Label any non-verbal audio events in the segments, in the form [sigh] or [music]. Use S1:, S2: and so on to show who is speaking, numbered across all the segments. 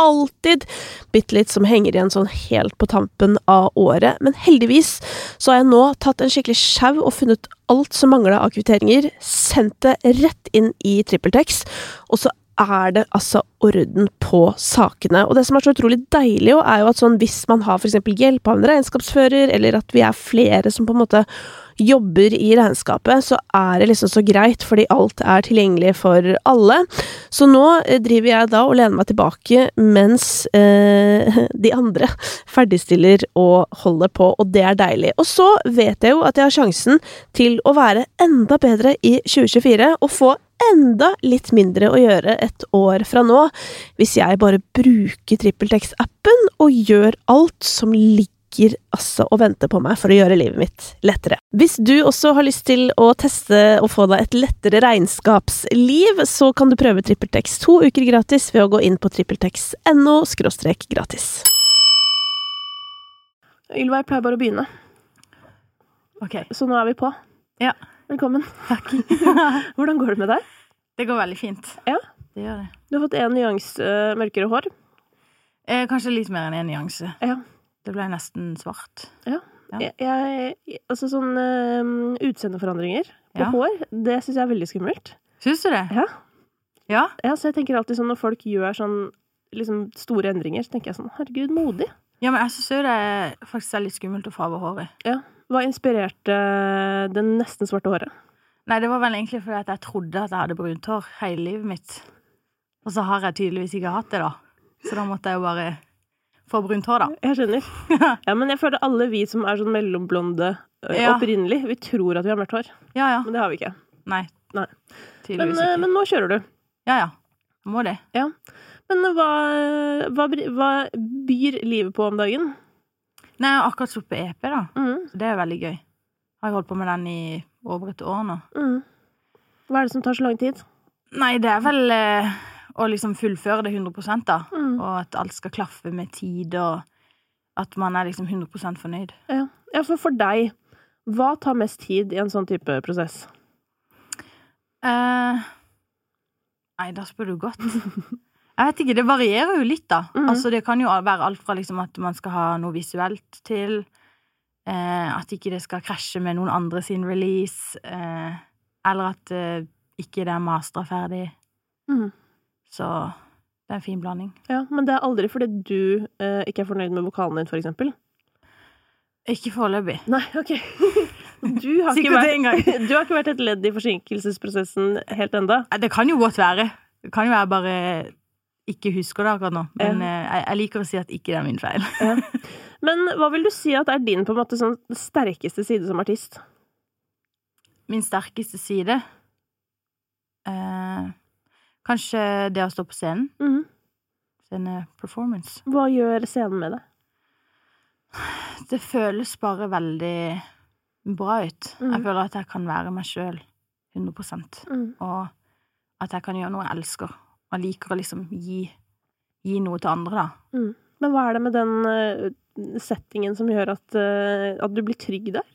S1: alltid bitte litt som henger igjen sånn helt på tampen av året. Men heldigvis så har jeg nå tatt en skikkelig sjau og funnet alt som mangla av kvitteringer, sendt det rett inn i TrippelTex, og så er det altså orden på sakene. Og det som er så utrolig deilig, jo, er jo at sånn, hvis man har for eksempel hjelp av en regnskapsfører, eller at vi er flere som på en måte jobber i regnskapet, så er det liksom så greit, fordi alt er tilgjengelig for alle. Så nå eh, driver jeg da og lener meg tilbake mens eh, [laughs] de andre ferdigstiller og holder på, og det er deilig. Og så vet jeg jo at jeg har sjansen til å være enda bedre i 2024 og få enda litt mindre å gjøre et år fra nå, hvis jeg bare bruker TrippelTex-appen og gjør alt som ligger ligger altså og venter på meg for å gjøre livet mitt lettere. Hvis du også har lyst til å teste og få deg et lettere regnskapsliv, så kan du prøve TrippelTex to uker gratis ved å gå inn på trippeltex.no – gratis. Ylva, jeg pleier bare å begynne, [laughs]
S2: Ok,
S1: så nå er vi på.
S2: Ja.
S1: Velkommen.
S2: takk.
S1: Hvordan går det med deg?
S2: Det går veldig fint.
S1: Ja.
S2: Det gjør det.
S1: Du har fått én nyanse eh, mørkere hår.
S2: Eh, kanskje litt mer enn én nyanse.
S1: Ja.
S2: Det ble nesten svart. Ja.
S1: Jeg, jeg, altså sånn eh, utseendeforandringer på
S2: Ja.
S1: hår, det syns jeg er veldig skummelt.
S2: Syns du det?
S1: Ja.
S2: Ja?
S1: Ja, så jeg tenker alltid sånn når folk gjør sånn liksom store endringer, så tenker jeg sånn herregud, modig.
S2: Ja, men jeg syns jo det faktisk er litt skummelt å farge håret.
S1: Hva inspirerte det nesten svarte håret?
S2: Nei, det var vel egentlig fordi at jeg trodde at jeg hadde brunt hår hele livet mitt. Og så har jeg tydeligvis ikke hatt det, da. Så da måtte jeg jo bare få brunt hår, da.
S1: Jeg
S2: [laughs]
S1: skjønner. Ja, men jeg føler alle vi som er sånn mellomblonde ø,
S2: Ja.
S1: opprinnelig, vi tror at vi har mørkt hår,
S2: Ja ja.
S1: men det har vi ikke.
S2: Nei.
S1: Nei. Men, eh,
S2: Tydeligvis
S1: ø,
S2: ikke.
S1: men nå kjører du.
S2: Ja ja. Jeg må det.
S1: Men ø, hva, hva, bry- hva byr livet på om dagen?
S2: Nei, jeg har akkurat sluppet EP, da.
S1: Mm,
S2: Så det er veldig gøy. Har jeg holdt på med den i over et år nå.
S1: mm. Hva er det som tar så lang tid?
S2: Nei, det er vel eh, å liksom fullføre det 100 da.
S1: Mm.
S2: Og at alt skal klaffe med tid, og at man er liksom 100 fornøyd.
S1: Ja, for, for deg, hva tar mest tid i en sånn type prosess?
S2: Eh, nei, da spør du [laughs] godt. Jeg vet ikke, det varierer jo litt, da.
S1: Mhm.
S2: Altså, det kan jo være alt fra liksom at man skal ha noe visuelt til eh, at ikke det skal krasje med noen andre sin release, eh, eller at eh, ikke det er mastra ferdig. Mm.
S1: Mhm.
S2: Så det er en fin blanding.
S1: Ja, men det er aldri fordi du eh, ikke er fornøyd med vokalen din, for eksempel.
S2: Ikke foreløpig.
S1: Nei, ok. [laughs] Du har, ikke
S2: Sikkert
S1: vært,
S2: en gang.
S1: [laughs] du har ikke vært et ledd i forsinkelsesprosessen helt enda.
S2: Nei, Det kan jo godt være. Det kan jo være jeg bare ikke husker det akkurat nå. Men
S1: Ja.
S2: eh, jeg, jeg liker å si at ikke det er min feil. [laughs]
S1: Men hva vil du si at er din på en måte sånn sterkeste side som artist?
S2: Min sterkeste side eh, Kanskje det å stå på scenen.
S1: Mm.
S2: Denne performance.
S1: Hva gjør scenen med deg?
S2: Det føles bare veldig bra ut.
S1: Mhm.
S2: Jeg føler at jeg kan være meg sjøl 100
S1: Mm.
S2: Og at jeg kan gjøre noe jeg elsker. Og liker å liksom gi, gi noe til andre, da.
S1: Men hva er det med den eh, settingen som gjør at, eh, at du blir trygg der?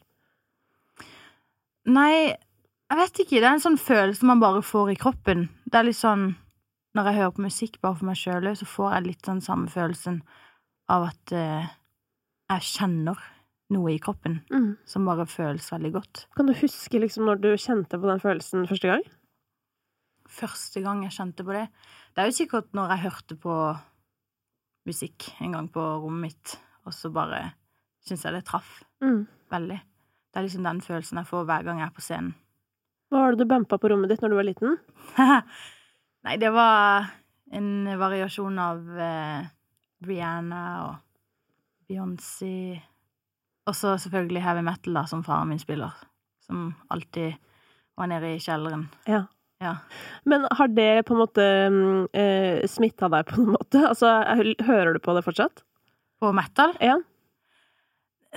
S2: Nei, jeg vet ikke. Det er en sånn følelse man bare får i kroppen. Det er litt sånn Når jeg hører på musikk bare for meg sjøl, så får jeg litt sånn samme følelsen av at eh, jeg kjenner noe i kroppen
S1: Mm.
S2: som bare føles veldig godt.
S1: Kan du huske liksom når du kjente på den følelsen første gang?
S2: Første gang jeg kjente på det Det er jo sikkert når jeg hørte på musikk en gang på rommet mitt, og så bare syns jeg det traff
S1: Mm.
S2: veldig. Det er liksom den følelsen jeg får hver gang jeg er på scenen.
S1: Hva var det du bumpa på rommet ditt når du var liten?
S2: [laughs] Nei, det var en variasjon av eh, Rihanna og Beyoncé. Og så selvfølgelig heavy metal, da, som faren min spiller. Som alltid var nede i kjelleren.
S1: Ja.
S2: Ja.
S1: Men har det på en måte mm, eh, smitta deg på noen måte? Altså, er- hører du på det fortsatt?
S2: På metal?
S1: Ja.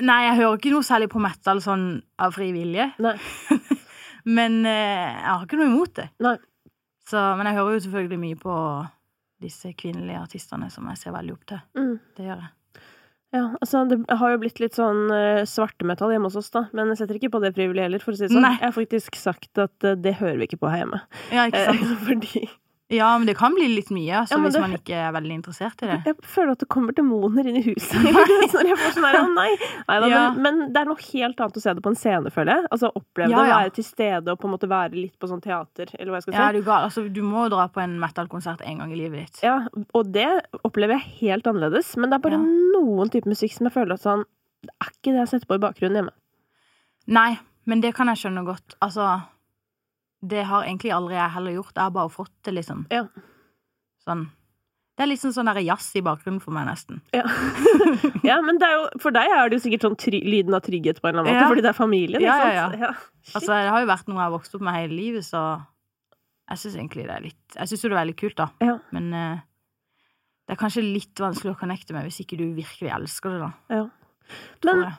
S2: Nei, jeg hører ikke noe særlig på metal sånn av fri vilje. [laughs]
S1: Nei.
S2: Men eh, jeg har ikke noe imot det.
S1: Nei.
S2: Så, men jeg hører jo selvfølgelig mye på disse kvinnelige artistene som jeg ser veldig opp til.
S3: Mm.
S2: Det gjør jeg.
S1: Ja, altså Det har jo blitt litt sånn eh, svartemetall hjemme hos oss, da. Men jeg setter ikke på det frivillig heller, for å si det sånn.
S2: Nei.
S1: Jeg har faktisk sagt at eh, det hører vi ikke på her hjemme.
S2: Ja, ikke sant?
S1: Eh, [laughs] Fordi
S2: Ja, men det kan bli litt mye altså,
S1: Ja, men
S2: hvis
S1: det-
S2: man ikke er veldig interessert i det.
S1: jeg føler at det kommer demoner inn i
S2: [laughs]
S1: huset. [laughs] Når jeg får sånn her, «Å, nei. Neida,
S2: Ja.
S1: men, men det er noe helt annet å se det på en scene, føler jeg. Altså oppleve
S2: Ja,
S1: det,
S2: ja.
S1: være til stede og på en måte være litt på sånn teater, eller hva jeg skal si.
S2: Ja, er du gal? Altså, du må dra på en metal-konsert en gang i livet ditt.
S1: Ja, og det opplever jeg helt annerledes. Men det er bare
S2: Ja.
S1: noen type musikk som jeg føler at sånn Det er ikke det jeg setter på i bakgrunnen hjemme.
S2: Nei, men det kan jeg skjønne godt. Altså, det har egentlig aldri jeg heller gjort. Jeg har bare fått det, liksom.
S1: Ja.
S2: Sånn. Det er liksom sånn der jazz i bakgrunnen for meg, nesten.
S1: Ja. [laughs] ja, men det er jo, for deg er det jo sikkert sånn try, lyden av trygghet på en eller annen måte,
S2: Ja.
S1: fordi det er familien, ikke
S2: Ja,
S1: sant?
S2: ja,
S1: Shit.
S2: Altså, det har jo vært noe jeg har vokst opp med hele livet, så jeg syns egentlig det er litt Jeg syns jo det er veldig kult, da.
S1: Ja.
S2: Men eh, det er kanskje litt vanskelig å connecte med hvis ikke du virkelig elsker det, da.
S1: men
S2: tror jeg.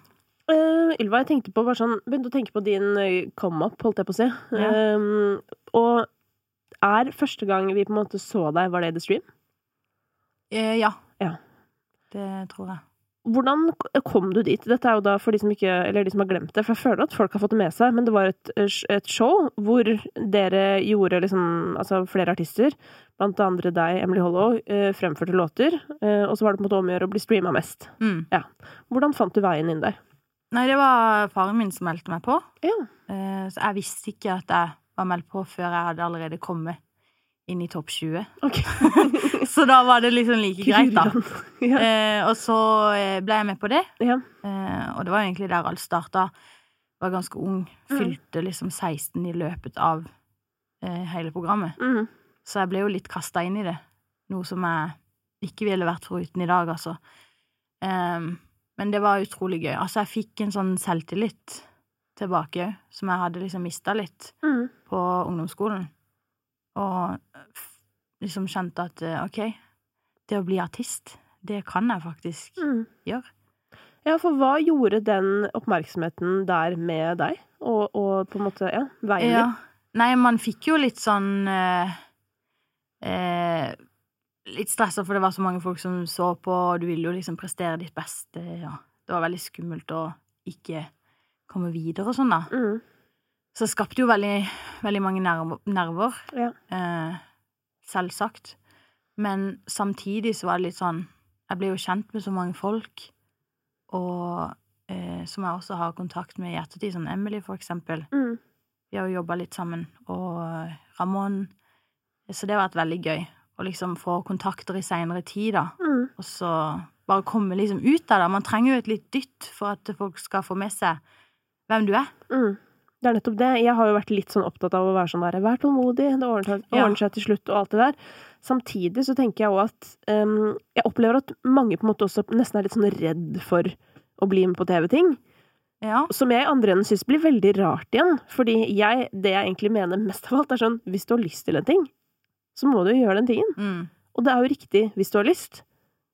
S1: eh, Ylva, jeg tenkte på bare sånn Begynte å tenke på din eh, come-up, holdt jeg på å si.
S2: Ja.
S1: Ehm, og er første gang vi på en måte så deg, var det i The Stream?
S2: Eh, ja.
S1: Ja.
S2: Det tror jeg.
S1: Hvordan kom du dit? Dette er jo da for de som, ikke, eller de som har glemt det, for jeg føler at folk har fått det med seg, men det var et, eh, et show hvor dere gjorde liksom, altså flere artister, blant andre deg, Emily Hollow, eh, fremførte låter, eh, og så var det på en måte om å gjøre å bli streama mest.
S2: Mm.
S1: Hvordan fant du veien inn der?
S2: Nei, det var faren min som meldte meg på.
S1: Ja.
S2: Eh, Så jeg visste ikke at jeg var meldt på før jeg hadde allerede kommet inn i topp 20.
S1: Ok.
S2: [laughs] Så da var det liksom like [laughs] greit, da.
S1: [laughs] ja.
S2: Eh, Og så eh, ble jeg med på det.
S1: ja.
S2: Eh, Og det var egentlig der alt starta. Var ganske ung.
S1: Mhm.
S2: Fylte liksom 16 i løpet av eh, hele programmet.
S1: Mm.
S2: Så jeg ble jo litt kasta inn i det. Noe som jeg ikke ville vært foruten i dag, altså. Ehm, men det var utrolig gøy. Altså, jeg fikk en sånn selvtillit tilbake òg, som jeg hadde liksom mista litt
S1: Mm.
S2: på ungdomsskolen. Og f- liksom skjønte at eh, OK, det å bli artist, det kan jeg faktisk
S1: Mm.
S2: gjøre.
S1: Ja, for hva gjorde den oppmerksomheten der med deg? Og, og på en måte, ja, veien
S2: Ja.
S1: din?
S2: Nei, man fikk jo litt sånn eh, eh, Litt stressa, for det var så mange folk som så på, og du ville jo liksom prestere ditt beste. Ja. Det var veldig skummelt å ikke komme videre og sånn, da.
S1: Mm.
S2: Så det skapte jo veldig, veldig mange nerver. nerver
S1: Ja.
S2: eh, selvsagt. Men samtidig så var det litt sånn Jeg ble jo kjent med så mange folk, og eh, som jeg også har kontakt med i ettertid, sånn Emily, for eksempel.
S1: Mm.
S2: Vi har jo jobba litt sammen, og Ramón. Så det har vært veldig gøy å liksom få kontakter i seinere tid, da.
S1: Mm.
S2: Og så bare komme liksom ut av det. Man trenger jo et litt dytt for at folk skal få med seg hvem du er.
S1: Mm. Det er nettopp det. Jeg har jo vært litt sånn opptatt av å være sånn der Vær tålmodig, det ordner seg, det
S2: Ja.
S1: ordner seg til slutt, og alt det der. Samtidig så tenker jeg òg at ehm, Jeg opplever at mange på en måte også nesten er litt sånn redd for å bli med på TV-ting.
S2: Ja.
S1: Som jeg i andre enden syns blir veldig rart igjen. Fordi jeg, det jeg egentlig mener mest av alt, er sånn Hvis du har lyst til en ting, så må du jo gjøre den tingen.
S2: Mm.
S1: Og det er jo riktig hvis du har lyst.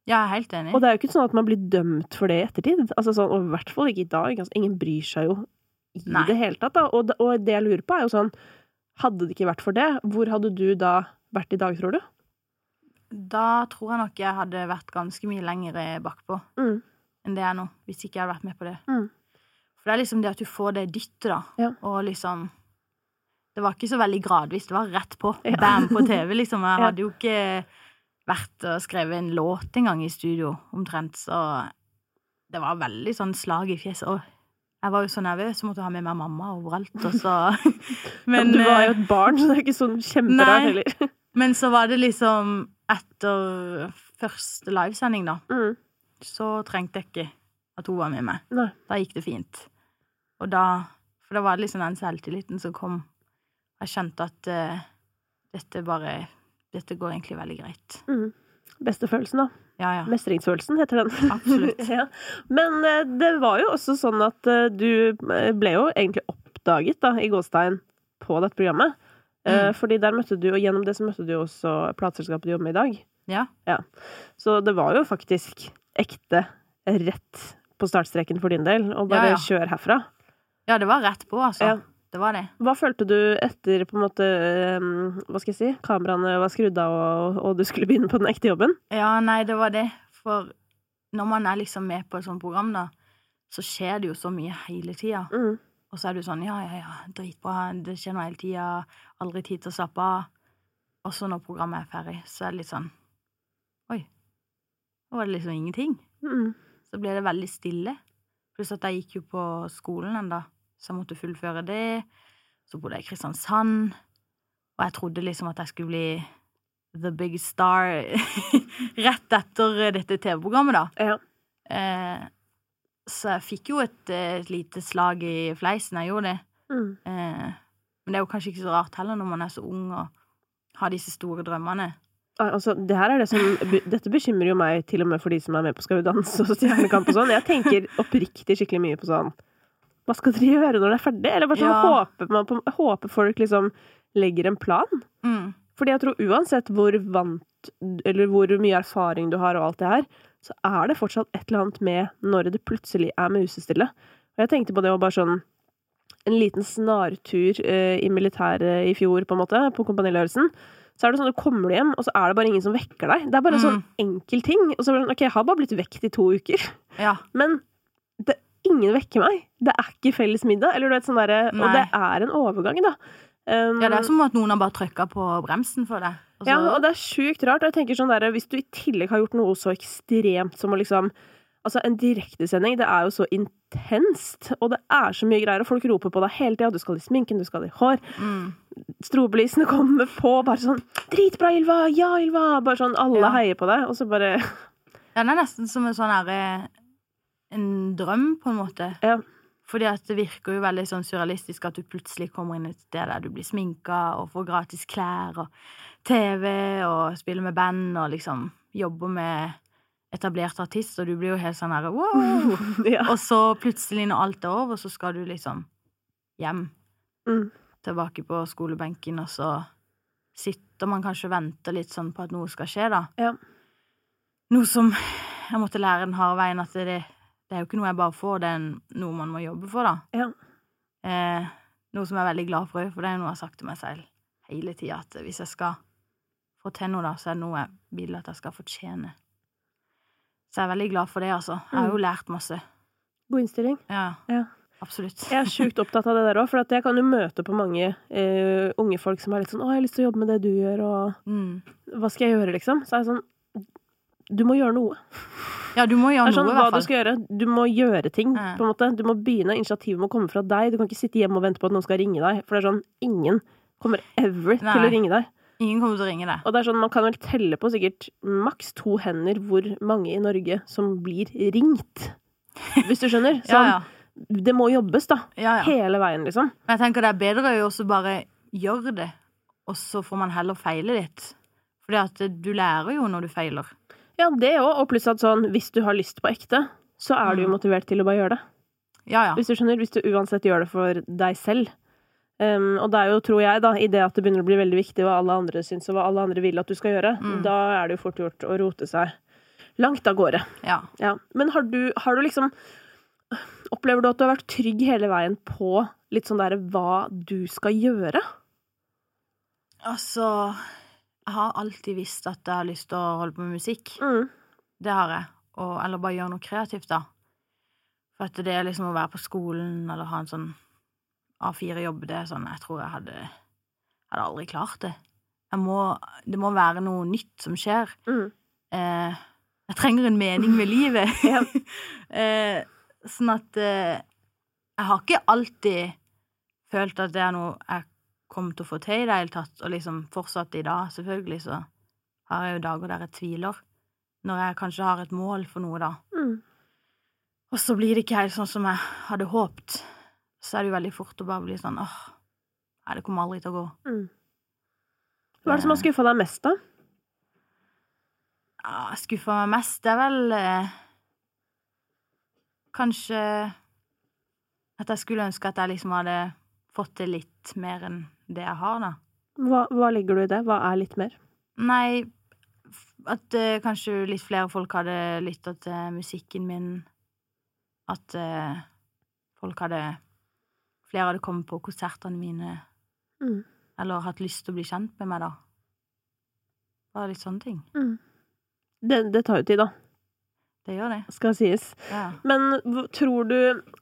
S2: Ja, jeg er helt enig.
S1: Og det er jo ikke sånn at man blir dømt for det i ettertid. Altså sånn, og i hvert fall ikke i dag. Altså, ingen bryr seg jo i
S2: Nei.
S1: det hele tatt. Da. Og, det- og det jeg lurer på, er jo sånn Hadde det ikke vært for det, hvor hadde du da vært i dag, tror du?
S2: Da tror jeg nok jeg hadde vært ganske mye lenger bakpå
S1: Mm.
S2: enn det jeg er nå, hvis ikke jeg hadde vært med på det.
S1: Mm.
S2: For det er liksom det at du får det dyttet, da,
S1: Ja.
S2: og liksom Det var ikke så veldig gradvis, det var rett på.
S1: Ja.
S2: Bam, på TV, liksom.
S1: [laughs]
S2: Jeg
S1: Ja.
S2: hadde jo ikke vært og skrevet en låt engang i studio, omtrent, så det var veldig sånn slag i fjeset. Og jeg var jo så nervøs, så måtte jeg ha med meg mamma overalt, og så
S1: [laughs] Men, du var
S2: eh,
S1: jo et barn, så det er ikke sånn kjemperart
S2: Nei.
S1: heller. [laughs]
S2: Men så var det liksom etter første livesending, da,
S1: Mm.
S2: så trengte jeg ikke at hun var med meg.
S1: Nei.
S2: Da gikk det fint. Og da For da var det liksom den selvtilliten som kom. Jeg skjønte at eh, dette bare Dette går egentlig veldig greit.
S1: Mm. Beste følelsen, da.
S2: Ja,
S1: [laughs]
S2: ja.
S1: Mestringsfølelsen heter
S2: [laughs]
S1: den.
S2: Absolutt.
S1: ja. Men eh, det var jo også sånn at eh, du ble jo egentlig oppdaget, da, i gåstein, på dette programmet. Eh,
S2: Mm.
S1: Fordi der møtte du, og gjennom det så møtte du jo også plateselskapet du jobber med i dag.
S2: Ja.
S1: Så det var jo faktisk ekte rett på startstreken for din del, og
S2: Ja,
S1: bare
S2: ja.
S1: kjør herfra.
S2: ja, det var rett på, altså.
S1: Ja.
S2: Det var det.
S1: Hva følte du etter på en måte, ehm, hva skal jeg si, kameraene var skrudd av og, og du skulle begynne på den ekte jobben?
S2: Ja, nei, det var det. For når man er liksom med på et sånt program, da, så skjer det jo så mye hele tida.
S1: Mm.
S2: Og så er du sånn ja, ja, ja, dritbra, det skjer noe hele tida, aldri tid til å slappe av. Og så når programmet er ferdig, så er det litt sånn Oi. Nå var det liksom ingenting.
S1: Mm.
S2: Så ble det veldig stille. Pluss at jeg gikk jo på skolen ennå, så jeg måtte fullføre det. Så bodde jeg i Kristiansand, og jeg trodde liksom at jeg skulle bli the big star [laughs] rett etter dette TV-programmet, da.
S1: Ja.
S2: Eh, så jeg fikk jo et, eh, et lite slag i fleisen, jeg gjorde det.
S1: Mm.
S2: Eh, men det er jo kanskje ikke så rart heller når man er så ung og har disse store drømmene.
S1: Al- Altså, det her er det som, be- dette bekymrer jo meg til og med for de som er med på Skal vi danse og Stjernekamp og sånn. Jeg tenker oppriktig skikkelig mye på sånn Hva skal dere gjøre når det er ferdig? Eller bare sånn,
S2: Ja.
S1: håper, man på, håper folk liksom legger en plan.
S2: Mm.
S1: Fordi jeg tror uansett hvor vant Eller hvor mye erfaring du har og alt det her, så er det fortsatt et eller annet med når det plutselig er musestille. Og jeg tenkte på det var bare sånn en liten snartur eh, i militæret i fjor, på en måte, på kompaniledelsen. Så er det sånn at du kommer hjem, og så er det bare ingen som vekker deg. Det er bare en sånn
S2: Mm.
S1: enkel ting. Og så er det sånn, ok, jeg har bare blitt vekt i to uker. [laughs]
S2: Ja.
S1: Men det, ingen vekker meg. Det er ikke felles middag. Eller du vet, sånn derre Og det
S2: Nei.
S1: er en overgang, da. Um,
S2: ja, det er som at noen har bare trykka på bremsen for deg. og så-
S1: ja, og det er sjukt rart. Og jeg tenker sånn der, Hvis du i tillegg har gjort noe så ekstremt som å liksom Altså, en direktesending, det er jo så intenst, og det er så mye greier, og folk roper på deg hele tida. Du skal i sminken, du skal i hår.
S2: mm.
S1: Strobelysene kommer på, bare sånn 'Dritbra, Ylva! Ja, Ylva!' Bare sånn alle
S2: Ja.
S1: heier på deg, og så bare
S2: Ja, Den er nesten som en sånn herre En drøm, på en måte.
S1: Ja.
S2: Fordi at det virker jo veldig sånn surrealistisk at du plutselig kommer inn et sted der du blir sminka og får gratis klær og TV og spiller med band og liksom jobber med etablerte artister, og du blir jo helt sånn
S1: [laughs]
S2: herre wow!
S1: Ja.
S2: Og så plutselig, når alt er over, så skal du liksom hjem.
S1: Mm.
S2: Tilbake på skolebenken, og så sitter man kanskje og venter litt sånn på at noe skal skje, da.
S1: Ja.
S2: Noe som jeg måtte lære den harde veien, at det, det er jo ikke noe jeg bare får, det er en- noe man må jobbe for, da.
S1: Ja.
S2: Eh, noe som jeg er veldig glad for, for det er jo noe jeg har sagt til meg selv hele tida, at hvis jeg skal få til noe, da, så er det noe jeg vil at jeg skal fortjene. Så jeg er veldig glad for det, altså. Jeg har jo lært masse.
S1: God innstilling.
S2: Ja,
S1: Mm. Ja.
S2: absolutt.
S1: Jeg er sjukt opptatt av det der òg, for at jeg kan jo møte på mange eh, unge folk som er litt sånn 'Å, jeg har lyst til å jobbe med det du gjør', og
S2: [laughs] Mm.
S1: 'Hva skal jeg gjøre', liksom? Så er jeg sånn Du må gjøre noe.
S2: Ja, du må gjøre
S1: Det er sånn,
S2: noe, i
S1: hva du
S2: hvert fall.
S1: skal gjøre. Du må gjøre ting,
S2: Ja.
S1: på en måte. Du må begynne. Initiativet må komme fra deg. Du kan ikke sitte hjemme og vente på at noen skal ringe deg. For det er sånn, ingen kommer ever til
S2: Nei.
S1: å ringe deg.
S2: Ingen kommer til å ringe deg.
S1: Og det er sånn, man kan vel telle på sikkert maks to hender hvor mange i Norge som blir ringt. Hvis du skjønner.
S2: [laughs] Ja,
S1: Sånn,
S2: ja.
S1: det må jobbes, da.
S2: ja, ja.
S1: Hele veien, liksom.
S2: Men jeg tenker det er bedre å også bare gjøre det, og så får man heller feile litt. Fordi at du lærer jo når du feiler.
S1: Ja, det òg. Og pluss at sånn, hvis du har lyst på ekte, så er
S2: Mm.
S1: du jo motivert til å bare gjøre det.
S2: Ja, ja.
S1: Hvis du skjønner, hvis du uansett gjør det for deg selv. Um, og det er jo, tror jeg, da, i det at det begynner å bli veldig viktig hva alle andre syns, og hva alle andre vil at du skal gjøre,
S2: Mm.
S1: da er det jo fort gjort å rote seg langt av gårde.
S2: ja.
S1: Ja. Men har du, har du liksom Opplever du at du har vært trygg hele veien på litt sånn derre hva du skal gjøre?
S2: Altså Jeg har alltid visst at jeg har lyst til å holde på med musikk.
S1: Mm.
S2: Det har jeg. Og, eller bare gjøre noe kreativt, da. For at det liksom å være på skolen eller ha en sånn A4-jobb, det er sånn Jeg tror jeg hadde, hadde aldri klart det. Jeg må, det må være noe nytt som skjer.
S1: Mm.
S2: Eh, jeg trenger en mening med livet. [laughs]
S1: Ja.
S2: eh, sånn at eh, Jeg har ikke alltid følt at det er noe jeg kom til å få til i det hele tatt, og liksom fortsatt i dag, selvfølgelig, så har jeg jo dager der jeg tviler. Når jeg kanskje har et mål for noe, da.
S1: Mm.
S2: Og så blir det ikke helt sånn som jeg hadde håpt. Så er det jo veldig fort å bare bli sånn åh, nei, det kommer aldri til å gå.
S1: Mm. Hva er det som har skuffa deg mest, da?
S2: Ja, skuffa meg mest, det er vel eh, Kanskje at jeg skulle ønske at jeg liksom hadde fått til litt mer enn det jeg har, da.
S1: Hva, hva legger du i det? Hva er litt mer?
S2: Nei, f- at eh, kanskje litt flere folk hadde lytta til musikken min. At eh, folk hadde flere hadde kommet på konsertene mine,
S1: Mm.
S2: eller hatt lyst til å bli kjent med meg, da. Det var litt sånne ting.
S1: mm. Det, det tar jo tid, da.
S2: Det gjør det.
S1: Skal sies.
S2: Ja.
S1: Men hv- tror du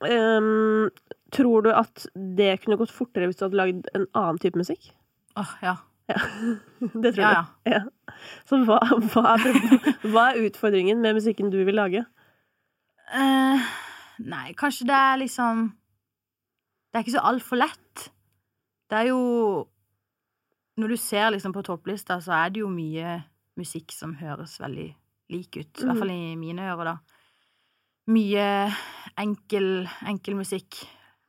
S1: ehm, Tror du at det kunne gått fortere hvis du hadde lagd en annen type musikk? [laughs]
S2: Åh, ja.
S1: Det tror
S2: Ja, ja.
S1: jeg. Ja. Så hva, hva, er, prob- [laughs] hva er utfordringen med musikken du vil lage?
S2: Eh, nei, kanskje det er liksom Det er ikke så altfor lett. Det er jo Når du ser liksom på topplista, så er det jo mye musikk som høres veldig lik ut. I hvert fall i mine ører, da. Mye enkel, enkel musikk.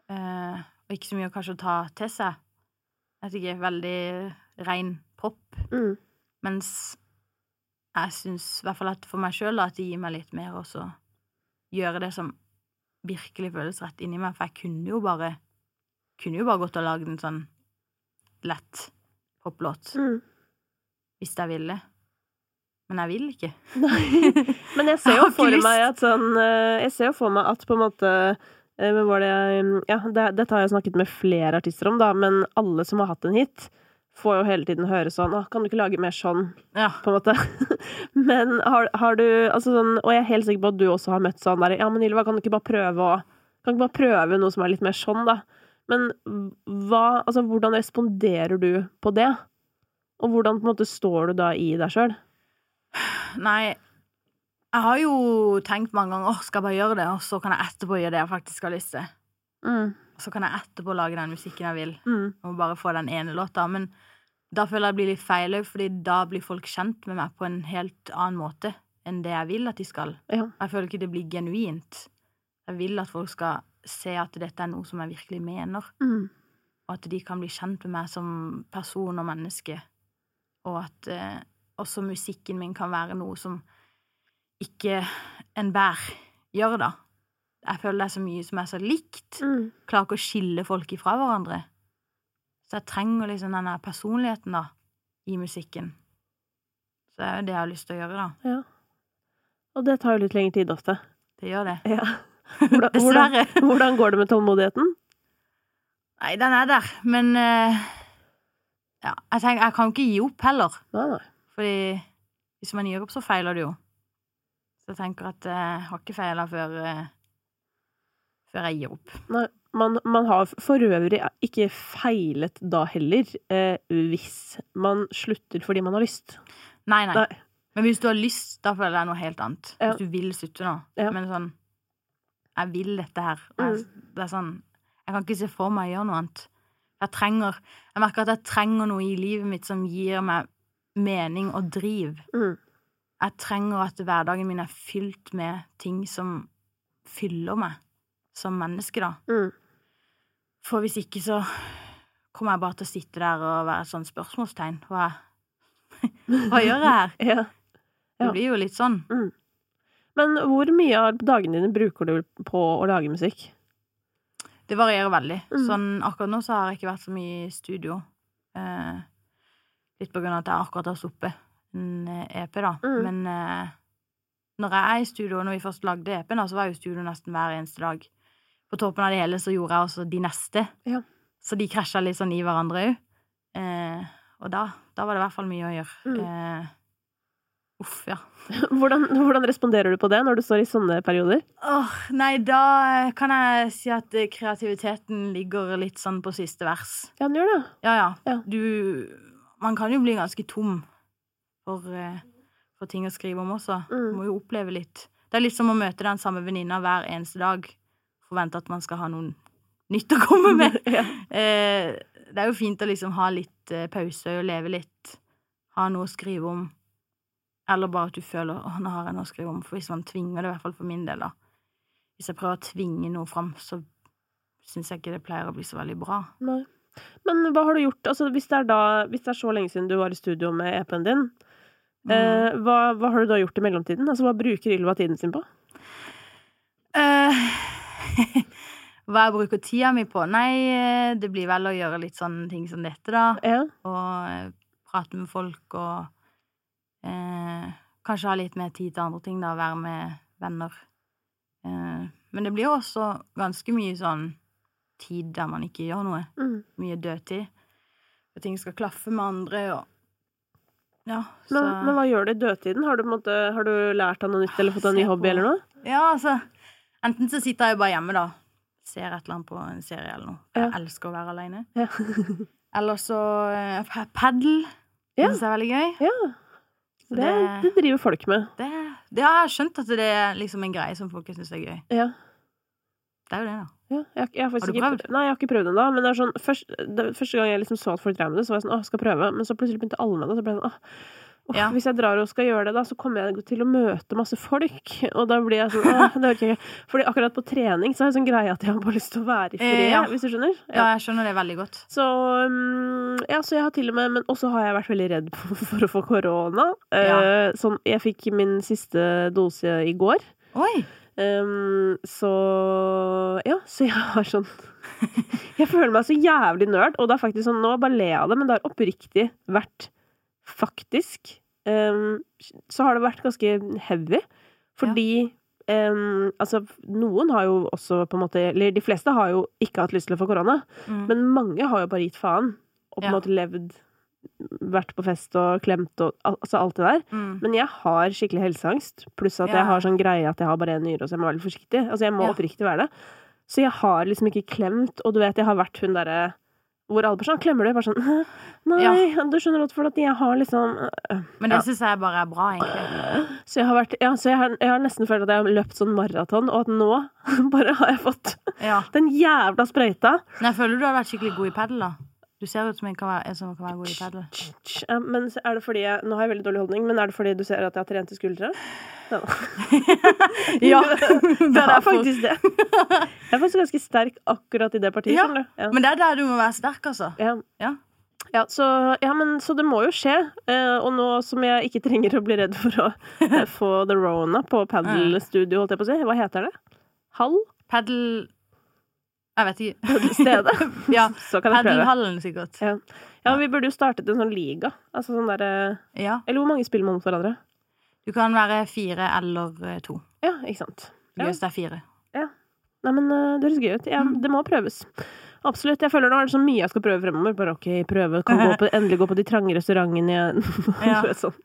S2: eh, og ikke så mye kanskje å ta til seg. Jeg vet ikke. Veldig rein pop.
S1: Mm.
S2: Mens jeg syns, i hvert fall at for meg sjøl, at det gir meg litt mer også gjøre det som virkelig føles rett inni meg. For jeg kunne jo bare kunne jo bare gått og lagd en sånn lett poplåt
S1: Mm. [laughs]
S2: hvis jeg ville. Men jeg vil ikke. [laughs]
S1: Nei. Men jeg ser
S2: Jeg
S1: jo
S2: har ikke
S1: for
S2: lyst.
S1: meg at sånn eh, Jeg ser jo for meg at på en måte eh, men var det, jeg- ja, det, Dette har jeg snakket med flere artister om, da, men alle som har hatt en hit, får jo hele tiden høre sånn «Åh, Kan du ikke lage mer sånn?
S2: Ja.
S1: på en måte. [laughs] Men har, har du altså sånn, Og jeg er helt sikker på at du også har møtt sånn der Ja, men Ylva, kan du ikke bare prøve å Kan du ikke bare prøve noe som er litt mer sånn, da? Men hva Altså, hvordan responderer du på det? Og hvordan på en måte står du da i deg sjøl?
S2: Nei, jeg har jo tenkt mange ganger åh, skal jeg bare gjøre det, og så kan jeg etterpå gjøre det jeg faktisk har lyst til.
S1: Mm.
S2: Og så kan jeg etterpå lage den musikken jeg vil.
S1: Mm.
S2: og bare få den ene låta. Men da føler jeg det blir litt feil, fordi da blir folk kjent med meg på en helt annen måte enn det jeg vil at de skal.
S1: Ja.
S2: Jeg føler ikke det blir genuint. Jeg vil at folk skal se at dette er noe som jeg virkelig mener,
S1: Mm.
S2: og at de kan bli kjent med meg som person og menneske, og at eh, også musikken min kan være noe som ikke enhver gjør, da. Jeg føler det er så mye som er så likt
S1: Mm.
S2: klarer ikke å skille folk ifra hverandre. Så jeg trenger liksom den der personligheten, da, i musikken. Så det er jo det jeg har lyst til å gjøre, da.
S1: ja. Og det tar jo litt lengre tid ofte.
S2: Det gjør det.
S1: Ja. [laughs] Hvordan, hvordan,
S2: Dessverre.
S1: hvordan går det med tålmodigheten?
S2: Nei, den er der. Men eh, ja, jeg tenker, jeg kan jo ikke gi opp heller.
S1: Nei, nei.
S2: Fordi hvis man gir opp, så feiler det jo. Så jeg tenker at eh, jeg har ikke feila før, eh, før jeg gir opp.
S1: man, man har for øvrig ikke feilet da heller, eh, hvis man slutter fordi man har lyst.
S2: Nei, nei.
S1: Nei.
S2: Men hvis du har lyst, da føler jeg noe helt annet.
S1: Ja.
S2: Hvis du vil slutte nå.
S1: Ja. Mm.
S2: Men sånn Jeg vil dette her. Og jeg, det er sånn Jeg kan ikke se for meg å gjøre noe annet. Jeg trenger Jeg merker at jeg trenger noe i livet mitt som gir meg mening og driv.
S1: Mm.
S2: Jeg trenger at hverdagen min er fylt med ting som fyller meg som menneske, da.
S1: Mm.
S2: For hvis ikke, så kommer jeg bare til å sitte der og være et sånt spørsmålstegn. Hva, [laughs] hva gjør jeg her?
S1: Ja. Ja.
S2: Det blir jo litt sånn.
S1: Men hvor mye av dagene dine bruker du på å lage musikk? [laughs]
S2: Det varierer veldig.
S1: Mhm.
S2: Sånn, akkurat nå så har jeg ikke vært så mye i studio. Eh, litt på grunn av at jeg akkurat har sluppet en eh, EP, da.
S1: Mhm.
S2: Men eh, når jeg er i studio, når vi først lagde EP-en, da, så var jeg i studio nesten hver eneste dag. På toppen av det hele så gjorde jeg også de neste.
S1: Ja.
S2: Så de krasja litt sånn i hverandre òg. Eh, og da, da var det i hvert fall mye å gjøre.
S1: Mhm.
S2: Eh, uff, ja.
S1: Hvordan, hvordan responderer du på det når du står i sånne perioder?
S2: Åh, nei, da kan jeg si at eh, kreativiteten ligger litt sånn på siste vers.
S1: Ja, den gjør det.
S2: Ja, ja.
S1: Ja.
S2: Du Man kan jo bli ganske tom for, eh, for ting å skrive om også.
S1: Mm.
S2: Du må jo oppleve litt. Det er litt som å møte den samme venninna hver eneste dag. Forvente at man skal ha noe nytt å komme med.
S1: [laughs] [laughs] Ja.
S2: Eh, det er jo fint å liksom ha litt eh, pause og leve litt. Ha noe å skrive om. Eller bare at du føler åh, nå har jeg noe å skrive om. For hvis man tvinger det, i hvert fall for min del, da. Hvis jeg prøver å tvinge noe fram, så syns jeg ikke det pleier å bli så veldig bra.
S1: Nei. Men hva har du gjort? Altså, hvis, det er da, hvis det er så lenge siden du var i studio med EP-en din, eh, hva, hva har du da gjort i mellomtiden? Altså, hva bruker Ylva tiden sin på?
S2: Eh, [laughs] Hva jeg bruker tida mi på? Nei, eh, det blir vel å gjøre litt sånne ting som dette, da.
S1: Ja.
S2: Og eh, prate med folk og eh, Kanskje ha litt mer tid til andre ting, da. Være med venner. Eh, men det blir jo også ganske mye sånn tid der man ikke gjør noe.
S1: Mm.
S2: Mye dødtid. Og ting skal klaffe med andre og Ja, så
S1: Men, men hva gjør du i dødtiden? Har du, på en måte, har du lært deg noe nytt, eller fått deg en ny
S2: Se på-
S1: hobby, eller noe?
S2: Ja, altså Enten så sitter jeg bare hjemme, da. Ser et eller annet på en serie eller noe. Jeg
S1: Ja.
S2: elsker å være aleine.
S1: Ja.
S2: [laughs] Eller så eh, pa- padel. Det
S1: Ja.
S2: syns jeg er veldig gøy.
S1: ja.
S2: Så
S1: Det,
S2: det-
S1: det driver folk med.
S2: Det, det har jeg skjønt at det er liksom en greie som folk syns er gøy.
S1: Ja.
S2: Det er jo det, da.
S1: Ja, jeg, jeg har, faktisk
S2: Har du
S1: ikke- Nei, jeg har ikke prøvd ennå. Men det er sånn, først, det, første gang jeg liksom så at folk drev med det, så var jeg sånn åh, skal prøve. Men så plutselig begynte alle med det. og Så ble jeg sånn åh, åh,
S2: Ja.
S1: hvis jeg drar og skal gjøre det, da, så kommer jeg til å møte masse folk. Og da blir jeg sånn åh, det orker jeg ikke. Fordi akkurat på trening så er det sånn greie at jeg har bare lyst til å være i fred,
S2: Eh, ja.
S1: hvis du skjønner.
S2: Ja, jeg skjønner det veldig godt.
S1: Så um, ja, så jeg har til og med Men også har jeg vært veldig redd [laughs] for, for å få korona. Eh, Sånn, jeg fikk min siste dose i går.
S2: Oi!
S1: Um, så ja, så jeg har sånn [laughs] Jeg føler meg så jævlig nerd, og det er faktisk sånn Nå bare ler jeg av det, men det har oppriktig vært faktisk um, Så har det vært ganske heavy, fordi um, Altså, noen har jo også på en måte Eller de fleste har jo ikke hatt lyst til å få korona,
S2: Mm.
S1: men mange har jo bare gitt faen og på en
S2: Ja.
S1: måte levd Vært på fest og klemt og al- altså alt det der.
S2: mm.
S1: Men jeg har skikkelig helseangst, pluss at
S2: Ja.
S1: jeg har sånn greie at jeg har bare én nyre, så jeg må være litt forsiktig. Altså, jeg må
S2: Ja.
S1: oppriktig være det. Så jeg har liksom ikke klemt, og du vet, jeg har vært hun derre hvor alle bare sånn Klemmer du? Bare sånn «Hæ? Nei, du skjønner at for at jeg har liksom øh,
S2: Men det syns jeg bare er bra, egentlig.
S1: Så jeg har vært Ja, så jeg har, jeg har nesten følt at jeg har løpt sånn maraton, og at nå [laughs] bare har jeg fått
S2: Ja.
S1: den jævla sprøyta.
S2: Men jeg føler du har vært skikkelig god i padel, da. Du ser ut som en, kan være, en som kan være god i
S1: [laughs]
S2: padel.
S1: Tsk, tsk. Ja, Men så er det fordi jeg, Nå har jeg veldig dårlig holdning, men er det fordi du ser at jeg har trente skuldre? Ja.
S2: [laughs]
S1: [laughs]
S2: Ja,
S1: Det er
S2: derfor.
S1: faktisk det. [laughs] Jeg er faktisk ganske sterk akkurat i det partiet.
S2: Ja,
S1: skjønner du? Ja.
S2: Men det er der du må være sterk, altså.
S1: Ja.
S2: Ja.
S1: Ja, så, ja, men, så det må jo skje. Eh, og nå som jeg ikke trenger å bli redd for å eh, få the rona på padelstudio, holdt jeg på å si. Hva heter det? Hall?
S2: Padel Jeg vet ikke.
S1: Stedet?
S2: Ja,
S1: [laughs] Så kan jeg prøve.
S2: Padelhallen, sikkert.
S1: Ja. ja, vi burde jo startet en sånn liga. Altså sånn der, eh,
S2: Ja.
S1: Eller hvor mange spiller man mot hverandre?
S2: Du kan være fire eller eh, to.
S1: Ja, ikke sant. Ja.
S2: Gøyest er fire.
S1: Nei, men eh, det høres gøy ut. Ja,
S2: Mm.
S1: Det må prøves. Absolutt. Jeg føler nå er det så mye jeg skal prøve fremover. Bare ok, prøve. Kan
S2: [laughs]
S1: gå på, endelig gå på de trange restaurantene igjen. [laughs]
S2: Ja.
S1: Du vet, sånn.